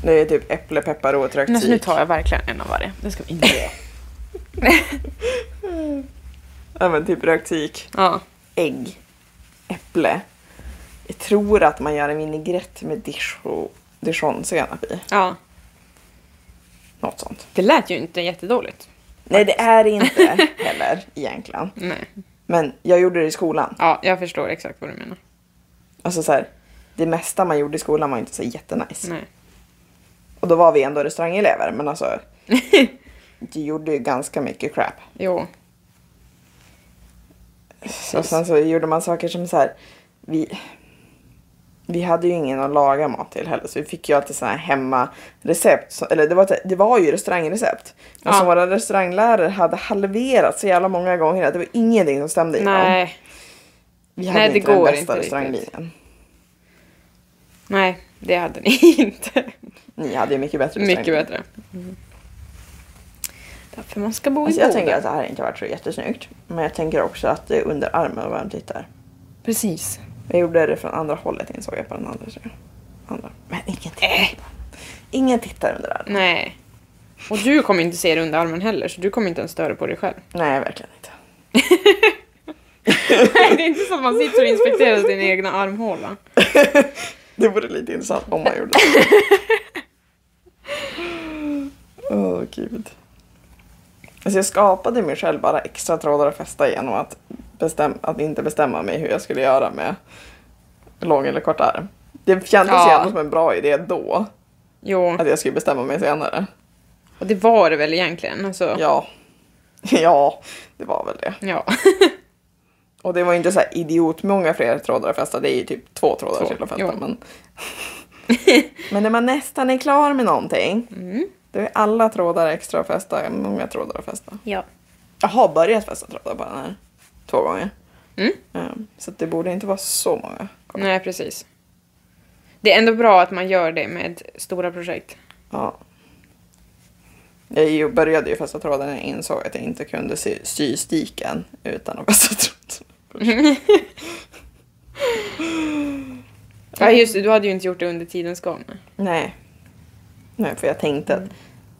A: Det är typ äpple, peppar och ett rökt
B: Men alltså, nu
A: sik.
B: tar jag verkligen en av varje. Det ska vi *laughs* inte göra.
A: Ja, men typ rökt sik,
B: ja.
A: ägg, äpple. Jag tror att man gör en vinägrett med dijon- dijonsenap i.
B: ja.
A: Något sånt.
B: Det lät ju inte jättedåligt.
A: Nej, det är det inte heller egentligen.
B: Nej.
A: Men jag gjorde det i skolan.
B: Ja, jag förstår exakt vad du menar.
A: Alltså så här, det mesta man gjorde i skolan var inte så jättenice.
B: Nej.
A: Och då var vi ändå restaurangelever, men alltså du gjorde ju ganska mycket crap.
B: Jo.
A: Och sen så gjorde man saker som så här, vi, vi hade ju ingen att laga mat till heller, så vi fick ju alltid sådana här hemmarecept. Så, eller det var, ett- det var ju restaurangrecept. Men
B: Ja.
A: som våra restauranglärare hade halverat så jävla många gånger att det var ingenting som stämde i dem.
B: Nej.
A: Vi hade
B: Nej,
A: inte
B: det
A: den
B: går
A: bästa
B: inte riktigt.
A: restauranglinjen.
B: Nej, det hade ni *laughs* inte.
A: Ni hade ju mycket bättre
B: Mycket
A: restauranglinje.
B: bättre. Mm. Därför man ska bo
A: Alltså
B: i
A: jag
B: Boden.
A: tänker att det här inte har varit så jättesnyggt. Men jag tänker också att det är under armen och varmt där.
B: Precis.
A: Jag gjorde det från andra hållet insåg jag på den andra sidan. Andra. Men ingen tittar.
B: Äh.
A: Ingen tittar under armen.
B: Nej. Och du kommer inte se det under armen heller, så du kommer inte ens störa på dig
A: *laughs*
B: själv.
A: Nej, verkligen inte.
B: Nej, det är inte så att man sitter och inspekterar sin egna armhåla.
A: Det vore lite intressant om man gjorde *laughs* det. Åh, gud. Alltså jag skapade mig själv bara extra trådar att fästa genom att, bestäm- att inte bestämma mig hur jag skulle göra med lång eller kort arm. Det kändes
B: Ja.
A: ju ändå som en bra idé då,
B: Jo,
A: att jag skulle bestämma mig senare.
B: och det var det väl egentligen. Alltså, ja.
A: Ja. Ja, det var väl det.
B: *laughs*
A: Och det var ju inte så här idiotmånga fler trådar att fästa, det är ju typ två trådar
B: Två,
A: till att
B: jo.
A: fästa.
B: *laughs*
A: Men... men när man nästan är klar med någonting,
B: Mm.
A: då är alla trådar extra att fästa, många trådar att fästa.
B: ja.
A: Jag har börjat fästa trådar på den här två gånger.
B: Mm.
A: Ehm, Så att det borde inte vara så många.
B: Nej, precis. Det är ändå bra att man gör det med stora projekt.
A: Ja. Jag ju- började ju fästa trådar när jag insåg att jag inte kunde sy, sy stiken utan att fästa tråd.
B: Ja, just det, du hade ju inte gjort det under tidens gång.
A: Nej. Nej, för jag tänkte att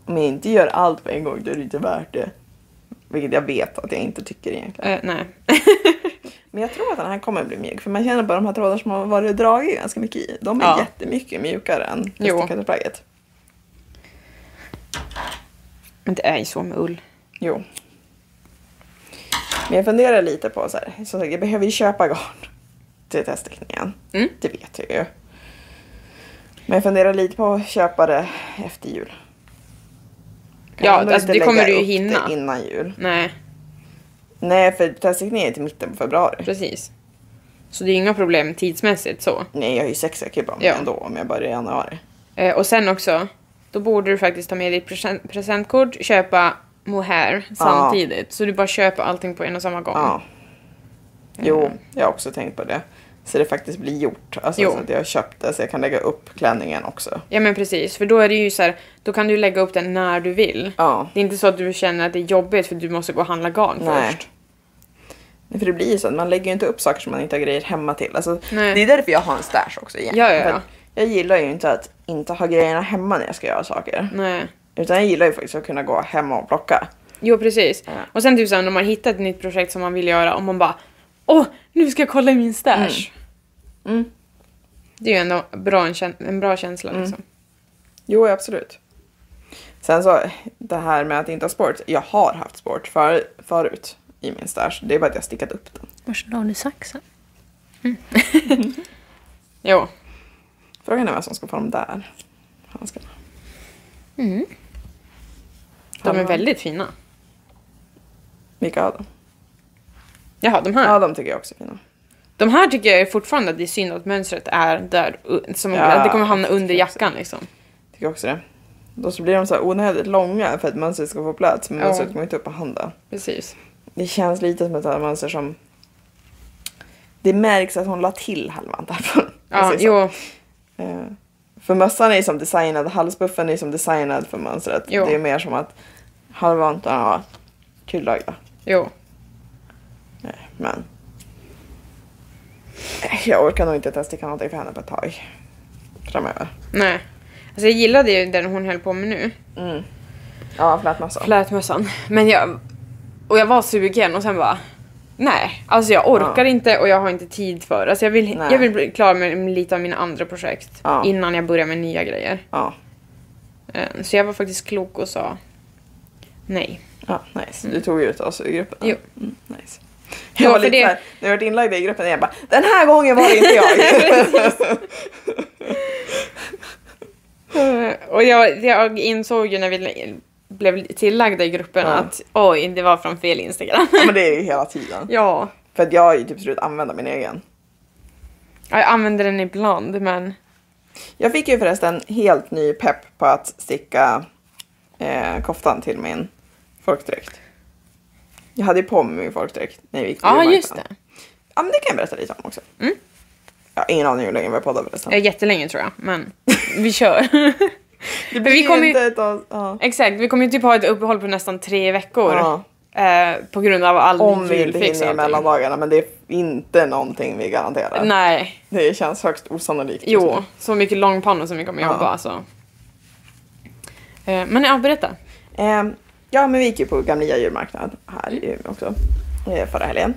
A: om jag inte gör allt på en gång då är det inte värt det. Vilket jag vet att jag inte tycker egentligen.
B: Eh, *laughs* nej.
A: Men jag tror att den här kommer bli mjuk för man känner bara de här trådar som har varit dragit ganska mycket i. De är
B: Ja.
A: jättemycket mjukare än det
B: Jo.
A: stickade plagget.
B: Men det är ju så med ull.
A: Jo. Men jag funderar lite på så här, som sagt, jag behöver ju köpa garn till teststickningen.
B: Mm.
A: Det vet jag ju. Men jag funderar lite på att köpa det efter jul. Kan
B: Ja,
A: jag ändå
B: alltså,
A: inte
B: det kommer
A: lägga
B: du ju
A: upp det
B: hinna.
A: innan jul.
B: Nej,
A: Nej, för teststickningen är till mitten på februari.
B: precis. Så det är inga problem tidsmässigt så.
A: Nej, jag har ju sex veckor på mig
B: Ja.
A: ändå om jag börjar i januari.
B: Eh, och sen också, då borde du faktiskt ta med ditt present- presentkort, köpa mohair samtidigt. Så du bara köper allting på en och samma gång.
A: Ja. Jo, jag har också tänkt på det. Så det faktiskt blir gjort. Alltså
B: Mm. Jo.
A: så att jag har köpt det så jag kan lägga upp klänningen också.
B: Ja men precis, för då är det ju så här, då kan du lägga upp den när du vill.
A: Ja.
B: Det är inte så att du känner att det är jobbigt för du måste gå och handla garn
A: Nej.
B: först.
A: Nej, för det blir ju så att man lägger ju inte upp saker som man inte har grejer hemma till. Alltså,
B: Nej.
A: det är därför jag har en stash också igen.
B: Ja, ja,
A: För
B: ja.
A: att Jag gillar ju inte att inte ha grejerna hemma när jag ska göra saker.
B: Nej.
A: Utan jag gillar ju faktiskt att kunna gå hem och plocka.
B: Jo precis.
A: Ja.
B: Och sen typ såhär, när man hittar ett nytt projekt som man vill göra och man bara åh, nu ska jag kolla i min stash.
A: Mm.
B: Det är ju ändå bra, en, kän- en bra känsla
A: Mm.
B: liksom.
A: Jo, absolut. Sen så det här med att inte ha sport. Jag har haft sport för, förut i min stash. Det är bara att jag stickat upp den.
B: Varsin har du saxen?
A: Mm.
B: *laughs* jo.
A: Frågan är vem som ska få de där handskarna.
B: Mm. De är väldigt fina.
A: Vilka av dem?
B: Jaha, de här.
A: Ja, de tycker jag också är fina.
B: De här tycker jag fortfarande att det är synd att mönstret är där. u- Som
A: Ja.
B: att det kommer hamna under jackan liksom.
A: Tycker jag också det. Då så blir de så här onödigt långa för att mönstret ska få plats. Men
B: Ja.
A: mönstret kommer inte upp på handen.
B: Precis.
A: Det känns lite som ett här mönster som... Det märks att hon la till halvan *laughs* därför.
B: Ja, jo,
A: Eh, För mössan är som designad, halsbuffen är som designad för mönstret.
B: Jo.
A: Det är mer som att halvvantarna var kullagda.
B: jo.
A: Eh, Men... Eh, Jag orkar nog inte testa någonting för henne på ett tag. Framöver.
B: Nej. Alltså jag gillade ju den hon höll på med nu.
A: Mm. Ja, flätmössa.
B: Flätmössan. Men jag... Och jag var sugen och sen bara... Nej, alltså jag orkar
A: Ja.
B: inte och jag har inte tid för det. Alltså jag vill,
A: Nej.
B: jag vill bli klar med lite av mina andra projekt
A: Ja.
B: innan jag börjar med nya grejer.
A: ja.
B: Eh, Så jag var faktiskt klok och sa
A: *laughs*
B: nej.
A: ja, nice. Du tog ut oss ur gruppen.
B: mm. Jo.
A: Mm, nice.
B: Ja,
A: Jag var
B: för
A: lite
B: det-
A: såhär, när jag varit inlagd i gruppen, jag bara den här gången var det inte
B: *laughs*
A: jag.
B: Eh, Och jag, jag insåg ju när vi blev tillagda i gruppen
A: Ja.
B: att oj, det var från fel Instagram.
A: ja, men det är ju hela tiden.
B: *laughs* ja,
A: För att jag har ju typ slut använda min egen.
B: jag använder den ibland men
A: Jag fick ju förresten helt ny pepp på att sticka eh, koftan till min folkdräkt. Jag hade ju på mig min folkdräkt när vi gick till
B: ja,
A: julmarknaden.
B: just det.
A: Ja, men det kan jag berätta lite om också.
B: Mm.
A: Jag har ingen aning hur länge vi har poddat förresten.
B: Ja, jättelänge tror jag, men vi kör.
A: *laughs* Det
B: vi kommer ju,
A: inte ett av, ja.
B: exakt, vi kommer ju typ ha ett uppehåll på nästan tre veckor.
A: Ja.
B: Eh, på grund av all
A: Om vi inte
B: julfix
A: hinner
B: och
A: i
B: allting.
A: mellandagarna, men det är inte någonting vi garanterar.
B: Nej,
A: Det känns högst osannolikt. liksom. just
B: jo. Så mycket långpannor som vi kommer
A: Ja.
B: jobba alltså. Eh, men ja, berätta.
A: Ehm, ja, men vi gick ju på Gamlia julmarknad här i Umeå också eh, förra helgen.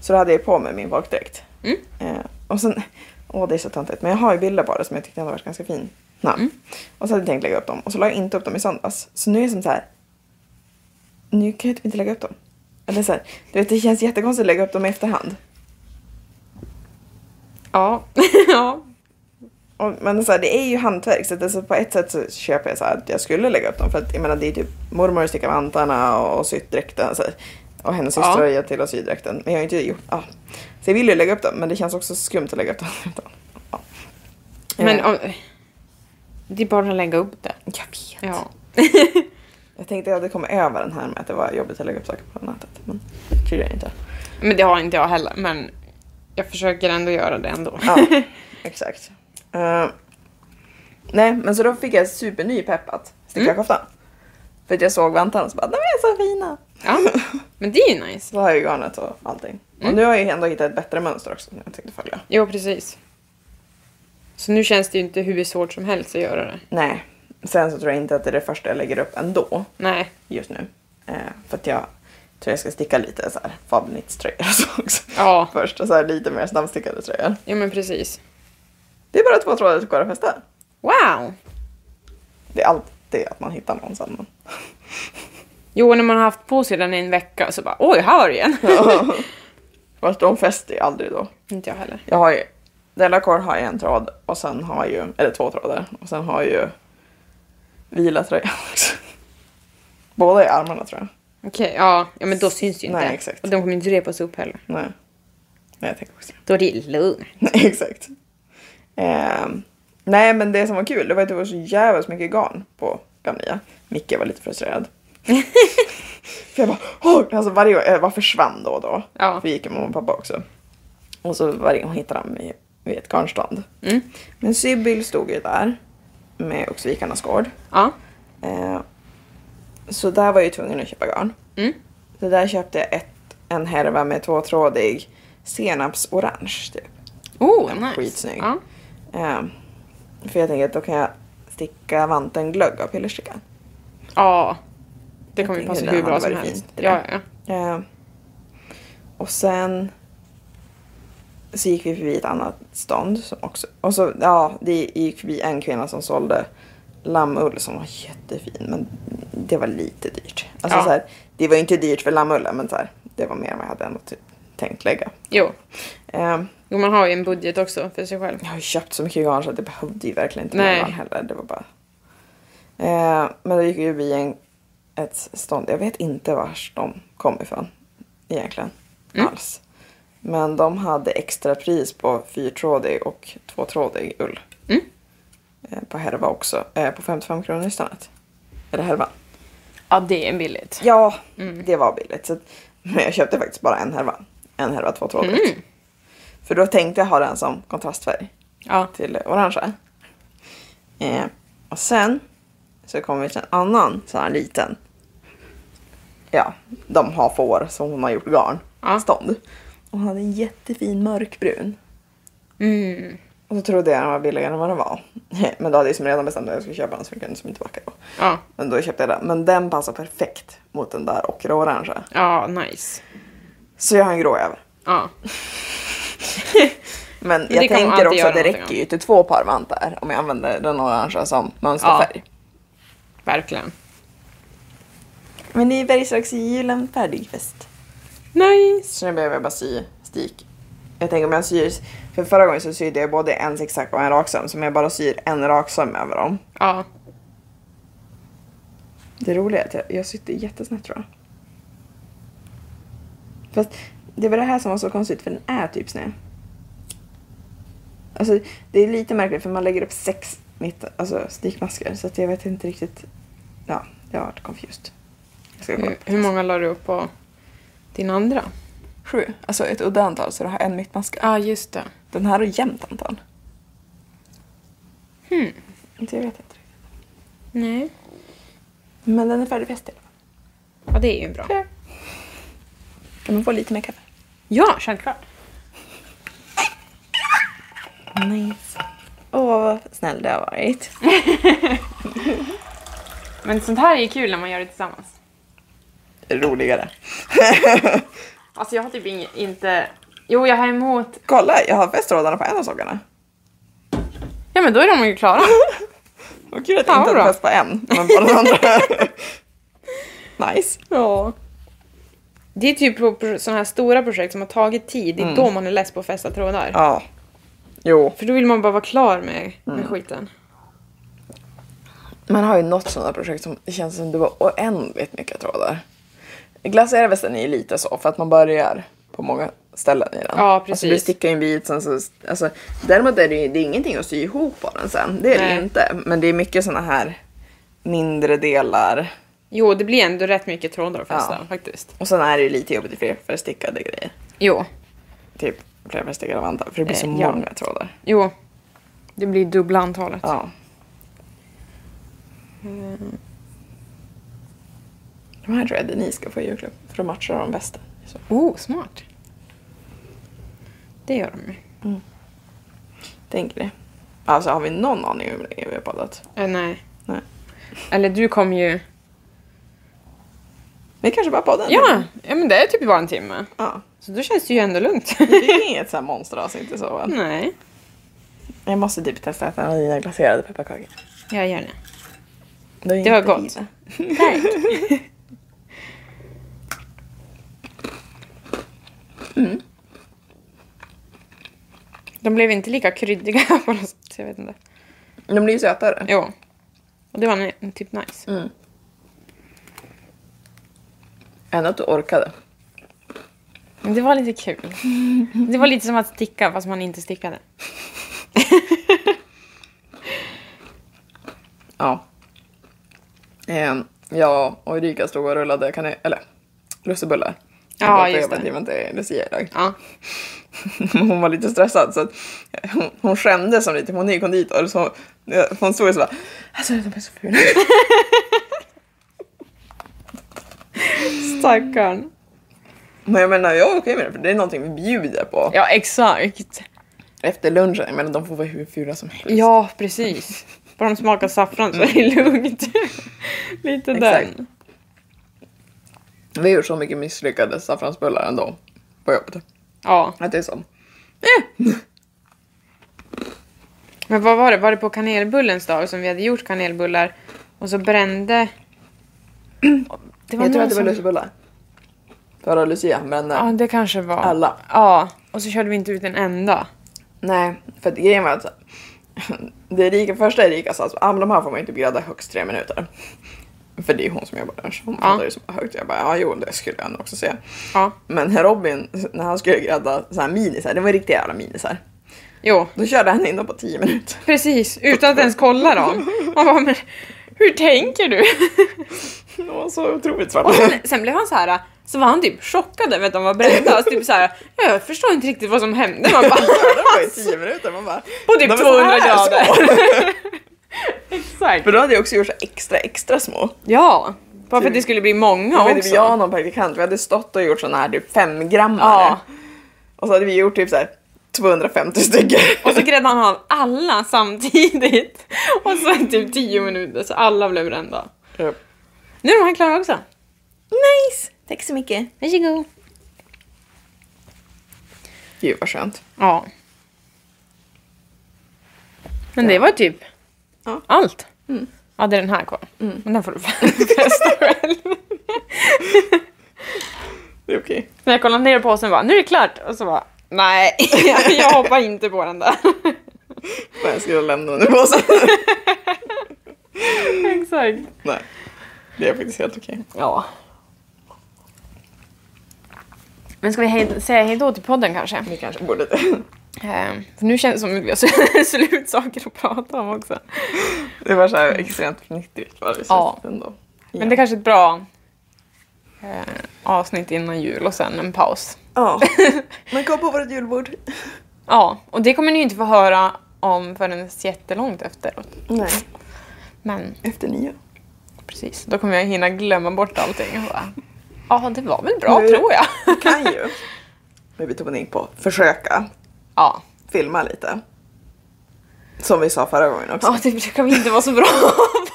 A: Så då hade jag på mig min folkdräkt.
B: Mm.
A: Eh, och sen, åh det är så töntigt, men jag har ju bilder på det som jag tyckte hade varit ganska fina. Och så hade jag tänkt lägga upp dem och så la jag inte upp dem i söndags. Så nu är det som så här. nu kan jag typ inte lägga upp dem. Eller så här, du vet, det känns jättekonstigt att lägga upp dem i efterhand.
B: Ja. *laughs* ja.
A: Och, men så här, det är ju hantverk så, att, alltså, på ett sätt så köper jag så här, att jag skulle lägga upp dem för att jag menar det är typ mormor stickar vantarna och, och sytt dräkten så här, och hennes
B: Ja.
A: syster har hjälpt till att sy dräkten men jag har inte gjort, ja. Så jag vill ju lägga upp dem men det känns också skumt att lägga upp dem. *laughs* ja.
B: Men
A: Eh,
B: om, det är bara att lägga upp det.
A: jag vet.
B: Ja.
A: Jag tänkte att jag hade kommit över den här med att det var jobbigt att lägga upp saker på nätet men tydligen inte.
B: Men det har inte jag heller, men jag försöker ändå göra det ändå.
A: Ja, exakt. Eh, nej, men så då fick jag superny pepp att sticka
B: Mm.
A: koftan. För att jag såg vantarna och så bara, de är så fina!
B: Ja. *laughs*
A: *laughs*
B: Men det är ju nice.
A: Så har jag ju garnet och allting. Och nu har jag ju ändå hittat ett bättre mönster också som jag tänkte följa.
B: Jo, precis. Så nu känns det ju inte hur svårt som helst att göra det.
A: Nej, sen så tror jag inte att det är det första jag lägger upp ändå
B: Nej.
A: just nu. Eh, för att jag tror jag ska sticka lite så här fabelnittströjor och så också.
B: Ja.
A: Först och så här lite mer snabbstickade tröjor.
B: Jo, men precis.
A: Det är bara två trådar kvar att fästa.
B: Wow!
A: Det är alltid att man hittar någon sen. men-
B: Jo, när man har haft på sig den i en vecka så bara oj, här var det igen.
A: *laughs* Fast de fäster ju aldrig då.
B: inte jag heller.
A: Jag har ju, Delacore har ju en tråd och sen har ju, eller två trådar och sen har ju vilatröjan också. Båda i armarna tror jag.
B: Okej, ja. ja, men då syns det ju inte.
A: Nej, exakt.
B: Och de kommer inte repas upp heller.
A: Nej. Nej, jag tänker också det.
B: Då är det lugnt.
A: *laughs* Nej, exakt. Ehm, nej, men det som var kul det var att det var så jävligt mycket garn på Gamlia. Micke var lite frustrerad. För jag bara, Åh! Alltså varje gång, jag bara försvann då och då.
B: Ja.
A: För vi gick med mamma och pappa också. Och så varje gång hittade han mig vid ett garnstånd.
B: Mm.
A: Men Sibyl stod ju där med Oxvikarnas gård.
B: Ja.
A: Eh, så där var jag ju tvungen att köpa garn.
B: Mm.
A: Så där köpte jag ett, en härva med tvåtrådig senapsorange typ.
B: Oh, nice.
A: Skitsnygg.
B: Ja.
A: Eh, för jag tänker att då kan jag sticka vanten glögg av pillerstickan.
B: ja. Det kommer
A: Jag
B: ju passa
A: tänker
B: hur
A: den
B: bra
A: hade
B: som
A: varit
B: helst.
A: fin till
B: Ja,
A: det.
B: ja.
A: Eh, och Eh, sen så gick vi förbi ett annat stånd. Som också, och så ja, det gick förbi en kvinna som sålde lammull som var jättefin. Men det var lite dyrt. Alltså,
B: Ja.
A: så här, det var ju inte dyrt för lammullen men så här, det var mer än vad jag hade ändå typ, tänkt lägga.
B: Jo.
A: Ehm,
B: jo, man har ju en budget också för sig själv.
A: jag har ju köpt så mycket garn så att det behövde ju verkligen inte
B: Nej.
A: mer garn heller. Det var bara... Eh, men då gick vi förbi en, ett stånd. Jag vet inte vars de kom ifrån egentligen.
B: Mm.
A: Alls. Men de hade extra pris på fyrtrådig och tvåtrådig ull.
B: Mm.
A: Eh, på härva också. Eh, på 55 kronor istället. Eller härvan.
B: Ja, det är billigt.
A: Ja,
B: Mm.
A: det var billigt. Så att, men jag köpte faktiskt bara en härva. En härva tvåtrådigt.
B: Mm.
A: För då tänkte jag ha den som kontrastfärg
B: Ja.
A: till orangea. Eh, och sen så kommer vi till en annan sån här liten. Ja, de har får som hon har gjort garn.
B: Ja.
A: Stånd. Och hon hade en jättefin mörkbrun.
B: Mm.
A: Och så trodde jag den var billigare än vad den var. *laughs* Men då hade jag som redan bestämt att jag skulle köpa den så jag kunde som inte backa då.
B: Ja.
A: Men då köpte jag den. Men den passar perfekt mot den där ockerorangea.
B: Ja, nice.
A: Så jag har en grå över.
B: Ja.
A: Men
B: det
A: jag
B: kan man
A: tänker
B: alltid
A: också
B: göra
A: att det
B: någonting
A: räcker ju till två par vantar om jag använder den orangea som mönsterfärg.
B: Verkligen.
A: Men det är Bergslags julen färdigfest.
B: Nice.
A: Så nu behöver jag bara sy stik. Jag tänker om jag syr, för förra gången så sydde jag både en zigzag och en raksöm. Så om jag bara syr en raksöm över dem.
B: Ja.
A: Det roliga är att jag, jag sitter jättesnett tror jag. Fast det var det här som var så konstigt för den är typ sned. Alltså det är lite märkligt för man lägger upp sex mitt, alltså, stikmasker så att jag vet inte riktigt. Ja, jag har varit confused. Jag ska kolla
B: Hur,
A: på
B: hur många la du upp på din andra?
A: Sju, alltså ett udda antal så du har en mittmaska.
B: Ja, just det.
A: Den här har jämnt antal. Hmm. Jag vet inte riktigt.
B: Nej.
A: Men den är färdigfäst i alla fall.
B: Ja, det är ju bra.
A: Kan man få lite mer kaffe?
B: Ja, självklart.
A: Nice. Åh, vad snäll du har varit.
B: Men sånt här är kul när man gör det tillsammans.
A: Roligare.
B: Alltså jag har typ ing- inte... Jo, jag har emot...
A: Kolla, jag har fäst trådarna på en av sockarna.
B: Ja, men då är de ju klara.
A: Vad kul att
B: Fan,
A: jag inte har
B: vad bra.
A: fäst på en, men på den andra. nice.
B: *laughs* ja. Det är typ på pro- såna här stora projekt som har tagit tid, det är då man är less på att fästa trådar.
A: Ja. Jo.
B: För då vill man bara vara klar med, med skiten.
A: Man har ju något sådana projekt som det känns som det var oändligt mycket trådar. Glaciärvästen är ju lite så, för att man börjar på många ställen i den.
B: Ja,
A: Alltså
B: precis.
A: du stickar en bit, sen så... Alltså, däremot är det ju det är ingenting att sy ihop på den sen. Det är det
B: Nej.
A: ju inte. Men det är mycket sådana här mindre delar.
B: Jo, det blir ändå rätt mycket trådar att fästa
A: Ja.
B: faktiskt.
A: Och sen är det ju lite jobbigt i flerfärgstickade grejer.
B: Jo.
A: typ flerfärgstickade vantar för det blir så
B: Eh, ja.
A: många trådar.
B: Jo. Det blir dubbla antalet.
A: Ja. Mm. De här tror jag Denise ska få i julklapp för då matchar de bäst. Så.
B: Oh, smart. Det gör de ju.
A: Tänker det. Alltså har vi någon aning om hur länge vi har poddat?
B: Eh, nej.
A: Nej.
B: Eller du kom ju...
A: Vi kanske bara poddar en
B: Ja,
A: timme.
B: ja men det är typ bara en timme.
A: ja.
B: Så då känns det ju ändå lugnt.
A: Det är inget så här monsteravsnitt och så va?
B: nej.
A: Jag måste typ testa att äta en av dina glaserade pepparkakor.
B: Jag gör det.
A: Det, är
B: Det var
A: inte
B: gott.
A: Ida. *laughs*
B: Tack. Mm. De blev inte lika kryddiga *laughs* på något sätt. Jag vet inte.
A: De blir ju sötare. Mm.
B: Jo. Och det var ni- typ nice.
A: Ändå att du orkade.
B: Men det var lite kul. Det var lite som att sticka fast man inte stickade.
A: Ja. Ehm, jag och Erika stod och rullade, kan ni, eller lussebullar. Jag
B: Ja,
A: var på
B: just
A: jobbet
B: det.
A: i och med att det. är Lucia idag.
B: Ja.
A: *laughs* Hon var lite stressad så att hon, hon skämdes som lite, hon är ju konditor. Så hon, hon stod ju så bara, alltså de är så fula. *laughs*
B: Stackarn.
A: Men jag menar jag är okej med det för det är någonting vi bjuder på.
B: Ja, exakt.
A: Efter lunchen, jag menar de får vara hur fula som helst.
B: Ja, precis. Bara de smakar saffran så är det lugnt. *laughs* Lite
A: Mm. Exakt.
B: den.
A: Vi har gjort så mycket misslyckade saffransbullar ändå på jobbet.
B: Ja.
A: Att det är så.
B: Men vad var det? Var det på kanelbullens dag som vi hade gjort kanelbullar och så brände... *clears throat* Det
A: Jag tror
B: någon
A: att det var
B: som-
A: lussebullar. Förra Lucia brände.
B: Ja, det kanske var.
A: Alla.
B: Ja, och så körde vi inte ut en enda.
A: Nej, för att grejen var att *laughs* det Erika, första Erika sa att ah, men de här får man ju inte bjuda högst tre minuter. För det är ju hon som jobbar där, hon
B: Ja.
A: fattar ju så högt. Jag bara, ja jo det skulle jag nog också säga.
B: Ja,
A: Men Robin, när han skulle grädda så här minisar, det var riktiga jävla minisar.
B: jo.
A: Då körde han in dem på 10 minuter. *laughs*
B: Precis, utan att ens kolla dem. Man bara, men hur tänker du? *laughs*
A: De var så otroligt
B: Och *laughs*
A: svarta.
B: sen, sen blev han så här, så var han typ chockad över att de var brända. Alltså typ så här, jag förstår inte riktigt vad som hände. Man bara,
A: Det var ju 10 minuter, man bara...
B: På alltså. typ
A: "De är så
B: 200
A: här *laughs*
B: grader."
A: små."
B: exakt.
A: För då hade jag också gjort så här extra, extra små.
B: Ja, bara för att det skulle bli många
A: Jag vet inte,
B: också.
A: jag och någon praktikant, vi hade stått och gjort sådana här typ femgrammare.
B: Ja.
A: Och så hade vi gjort typ så här 250 stycken.
B: Och så gräddade han av alla samtidigt. *laughs* Och sen typ 10 minuter så alla blev brända.
A: Japp.
B: Nu är de här klara också.
A: Nice! Tack så mycket.
B: Varsågod.
A: Gud vad skönt.
B: Ja. Men det var typ
A: Ja. Mm.
B: allt. Jag hade den här kvar. Men den får du *laughs* festa själv.
A: Det är okej.
B: När jag kollade ner på påsen bara, nu är det klart. Och så bara, nej, *laughs* jag hoppar inte på den där. *laughs*
A: Okay. Jag skulle lämna den i påsen.
B: Exakt.
A: *laughs* Nej. Det är faktiskt helt okej.
B: Ja. Men ska vi hej, säga hejdå till podden kanske?
A: Vi kanske borde *laughs* det.
B: Ehm, för nu känns det som att vi har *laughs* sl- slut saker att prata om också.
A: Det var så här extremt fnittrigt var det
B: Ja.
A: ja. ändå.
B: Men det kanske är ett bra eh, avsnitt innan jul och sen en paus. *laughs*
A: Ja. Men kom på vårt julbord.
B: Ja, och det kommer ni ju inte få höra om förrän jättelångt efteråt.
A: Nej.
B: Men
A: Efter nio.
B: precis, då kommer jag hinna glömma bort allting och bara, ja det var väl bra
A: Nu-
B: tror jag.
A: *laughs* Kan ju. Med betoning på försöka
B: *laughs* Ja.
A: filma lite. Som vi sa förra gången också.
B: Ja, det brukar vi inte vara så bra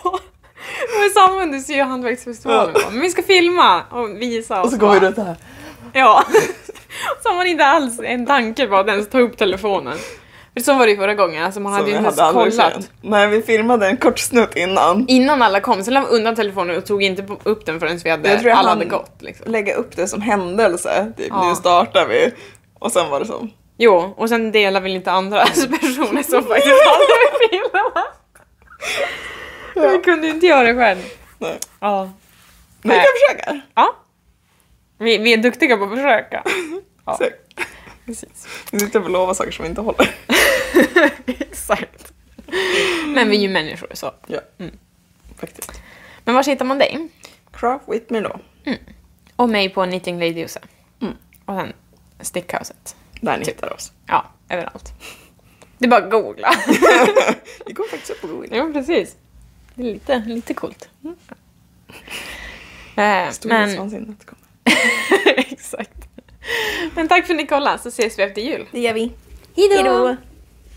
B: på. *laughs* Men samma under sy och hantverksfestivalen.
A: Ja.
B: bara, Men vi ska filma och visa.
A: Och så går vi
B: bara-
A: runt här.
B: Ja. *laughs* Så har man inte alls en tanke på att ens ta upp telefonen. För så var det ju förra gången, alltså man
A: som
B: hade
A: vi
B: ju inte ens
A: hade andra
B: kollat.
A: tjejen. Nej, vi filmade en kort snutt innan.
B: Innan alla kom så la vi undan telefonen och tog inte på- upp den förrän vi hade,
A: Jag tror jag
B: alla
A: hann-
B: hade gått. Liksom.
A: Lägga upp det som händelse. Typ,
B: Ja.
A: Nu startar vi. Och sen var det som...
B: Jo, och sen delar väl inte andra alltså
A: Mm.
B: *laughs* personer som faktiskt
A: *laughs*
B: hade filmat. Vi kunde ju inte göra det själv.
A: Nej.
B: Ja.
A: Men vi
B: Nej.
A: kan försöka.
B: Ja. Vi, vi är duktiga på att *laughs* försöka. Ja.
A: Så,
B: Precis.
A: vi sitter och lovar saker som inte håller.
B: Exakt. Men vi är ju människor så.
A: *laughs* Ja. Mm. Faktiskt.
B: Men var hittar man dig?
A: Craft with me då.
B: Och mig på Knitting Lady Jose.
A: Mm.
B: Och sen Stickhuset.
A: Där ni hittar oss.
B: Ja, överallt. Det är bara att *laughs* googla.
A: *laughs* Vi går faktiskt upp på Google.
B: jo, precis. Mm. Det är lite, lite coolt. Eh, *laughs* men,
A: Storhetsvansinnet kommer.
B: exakt. Men tack för att ni kollade så ses vi efter jul.
A: Det gör vi.
B: Hejdå!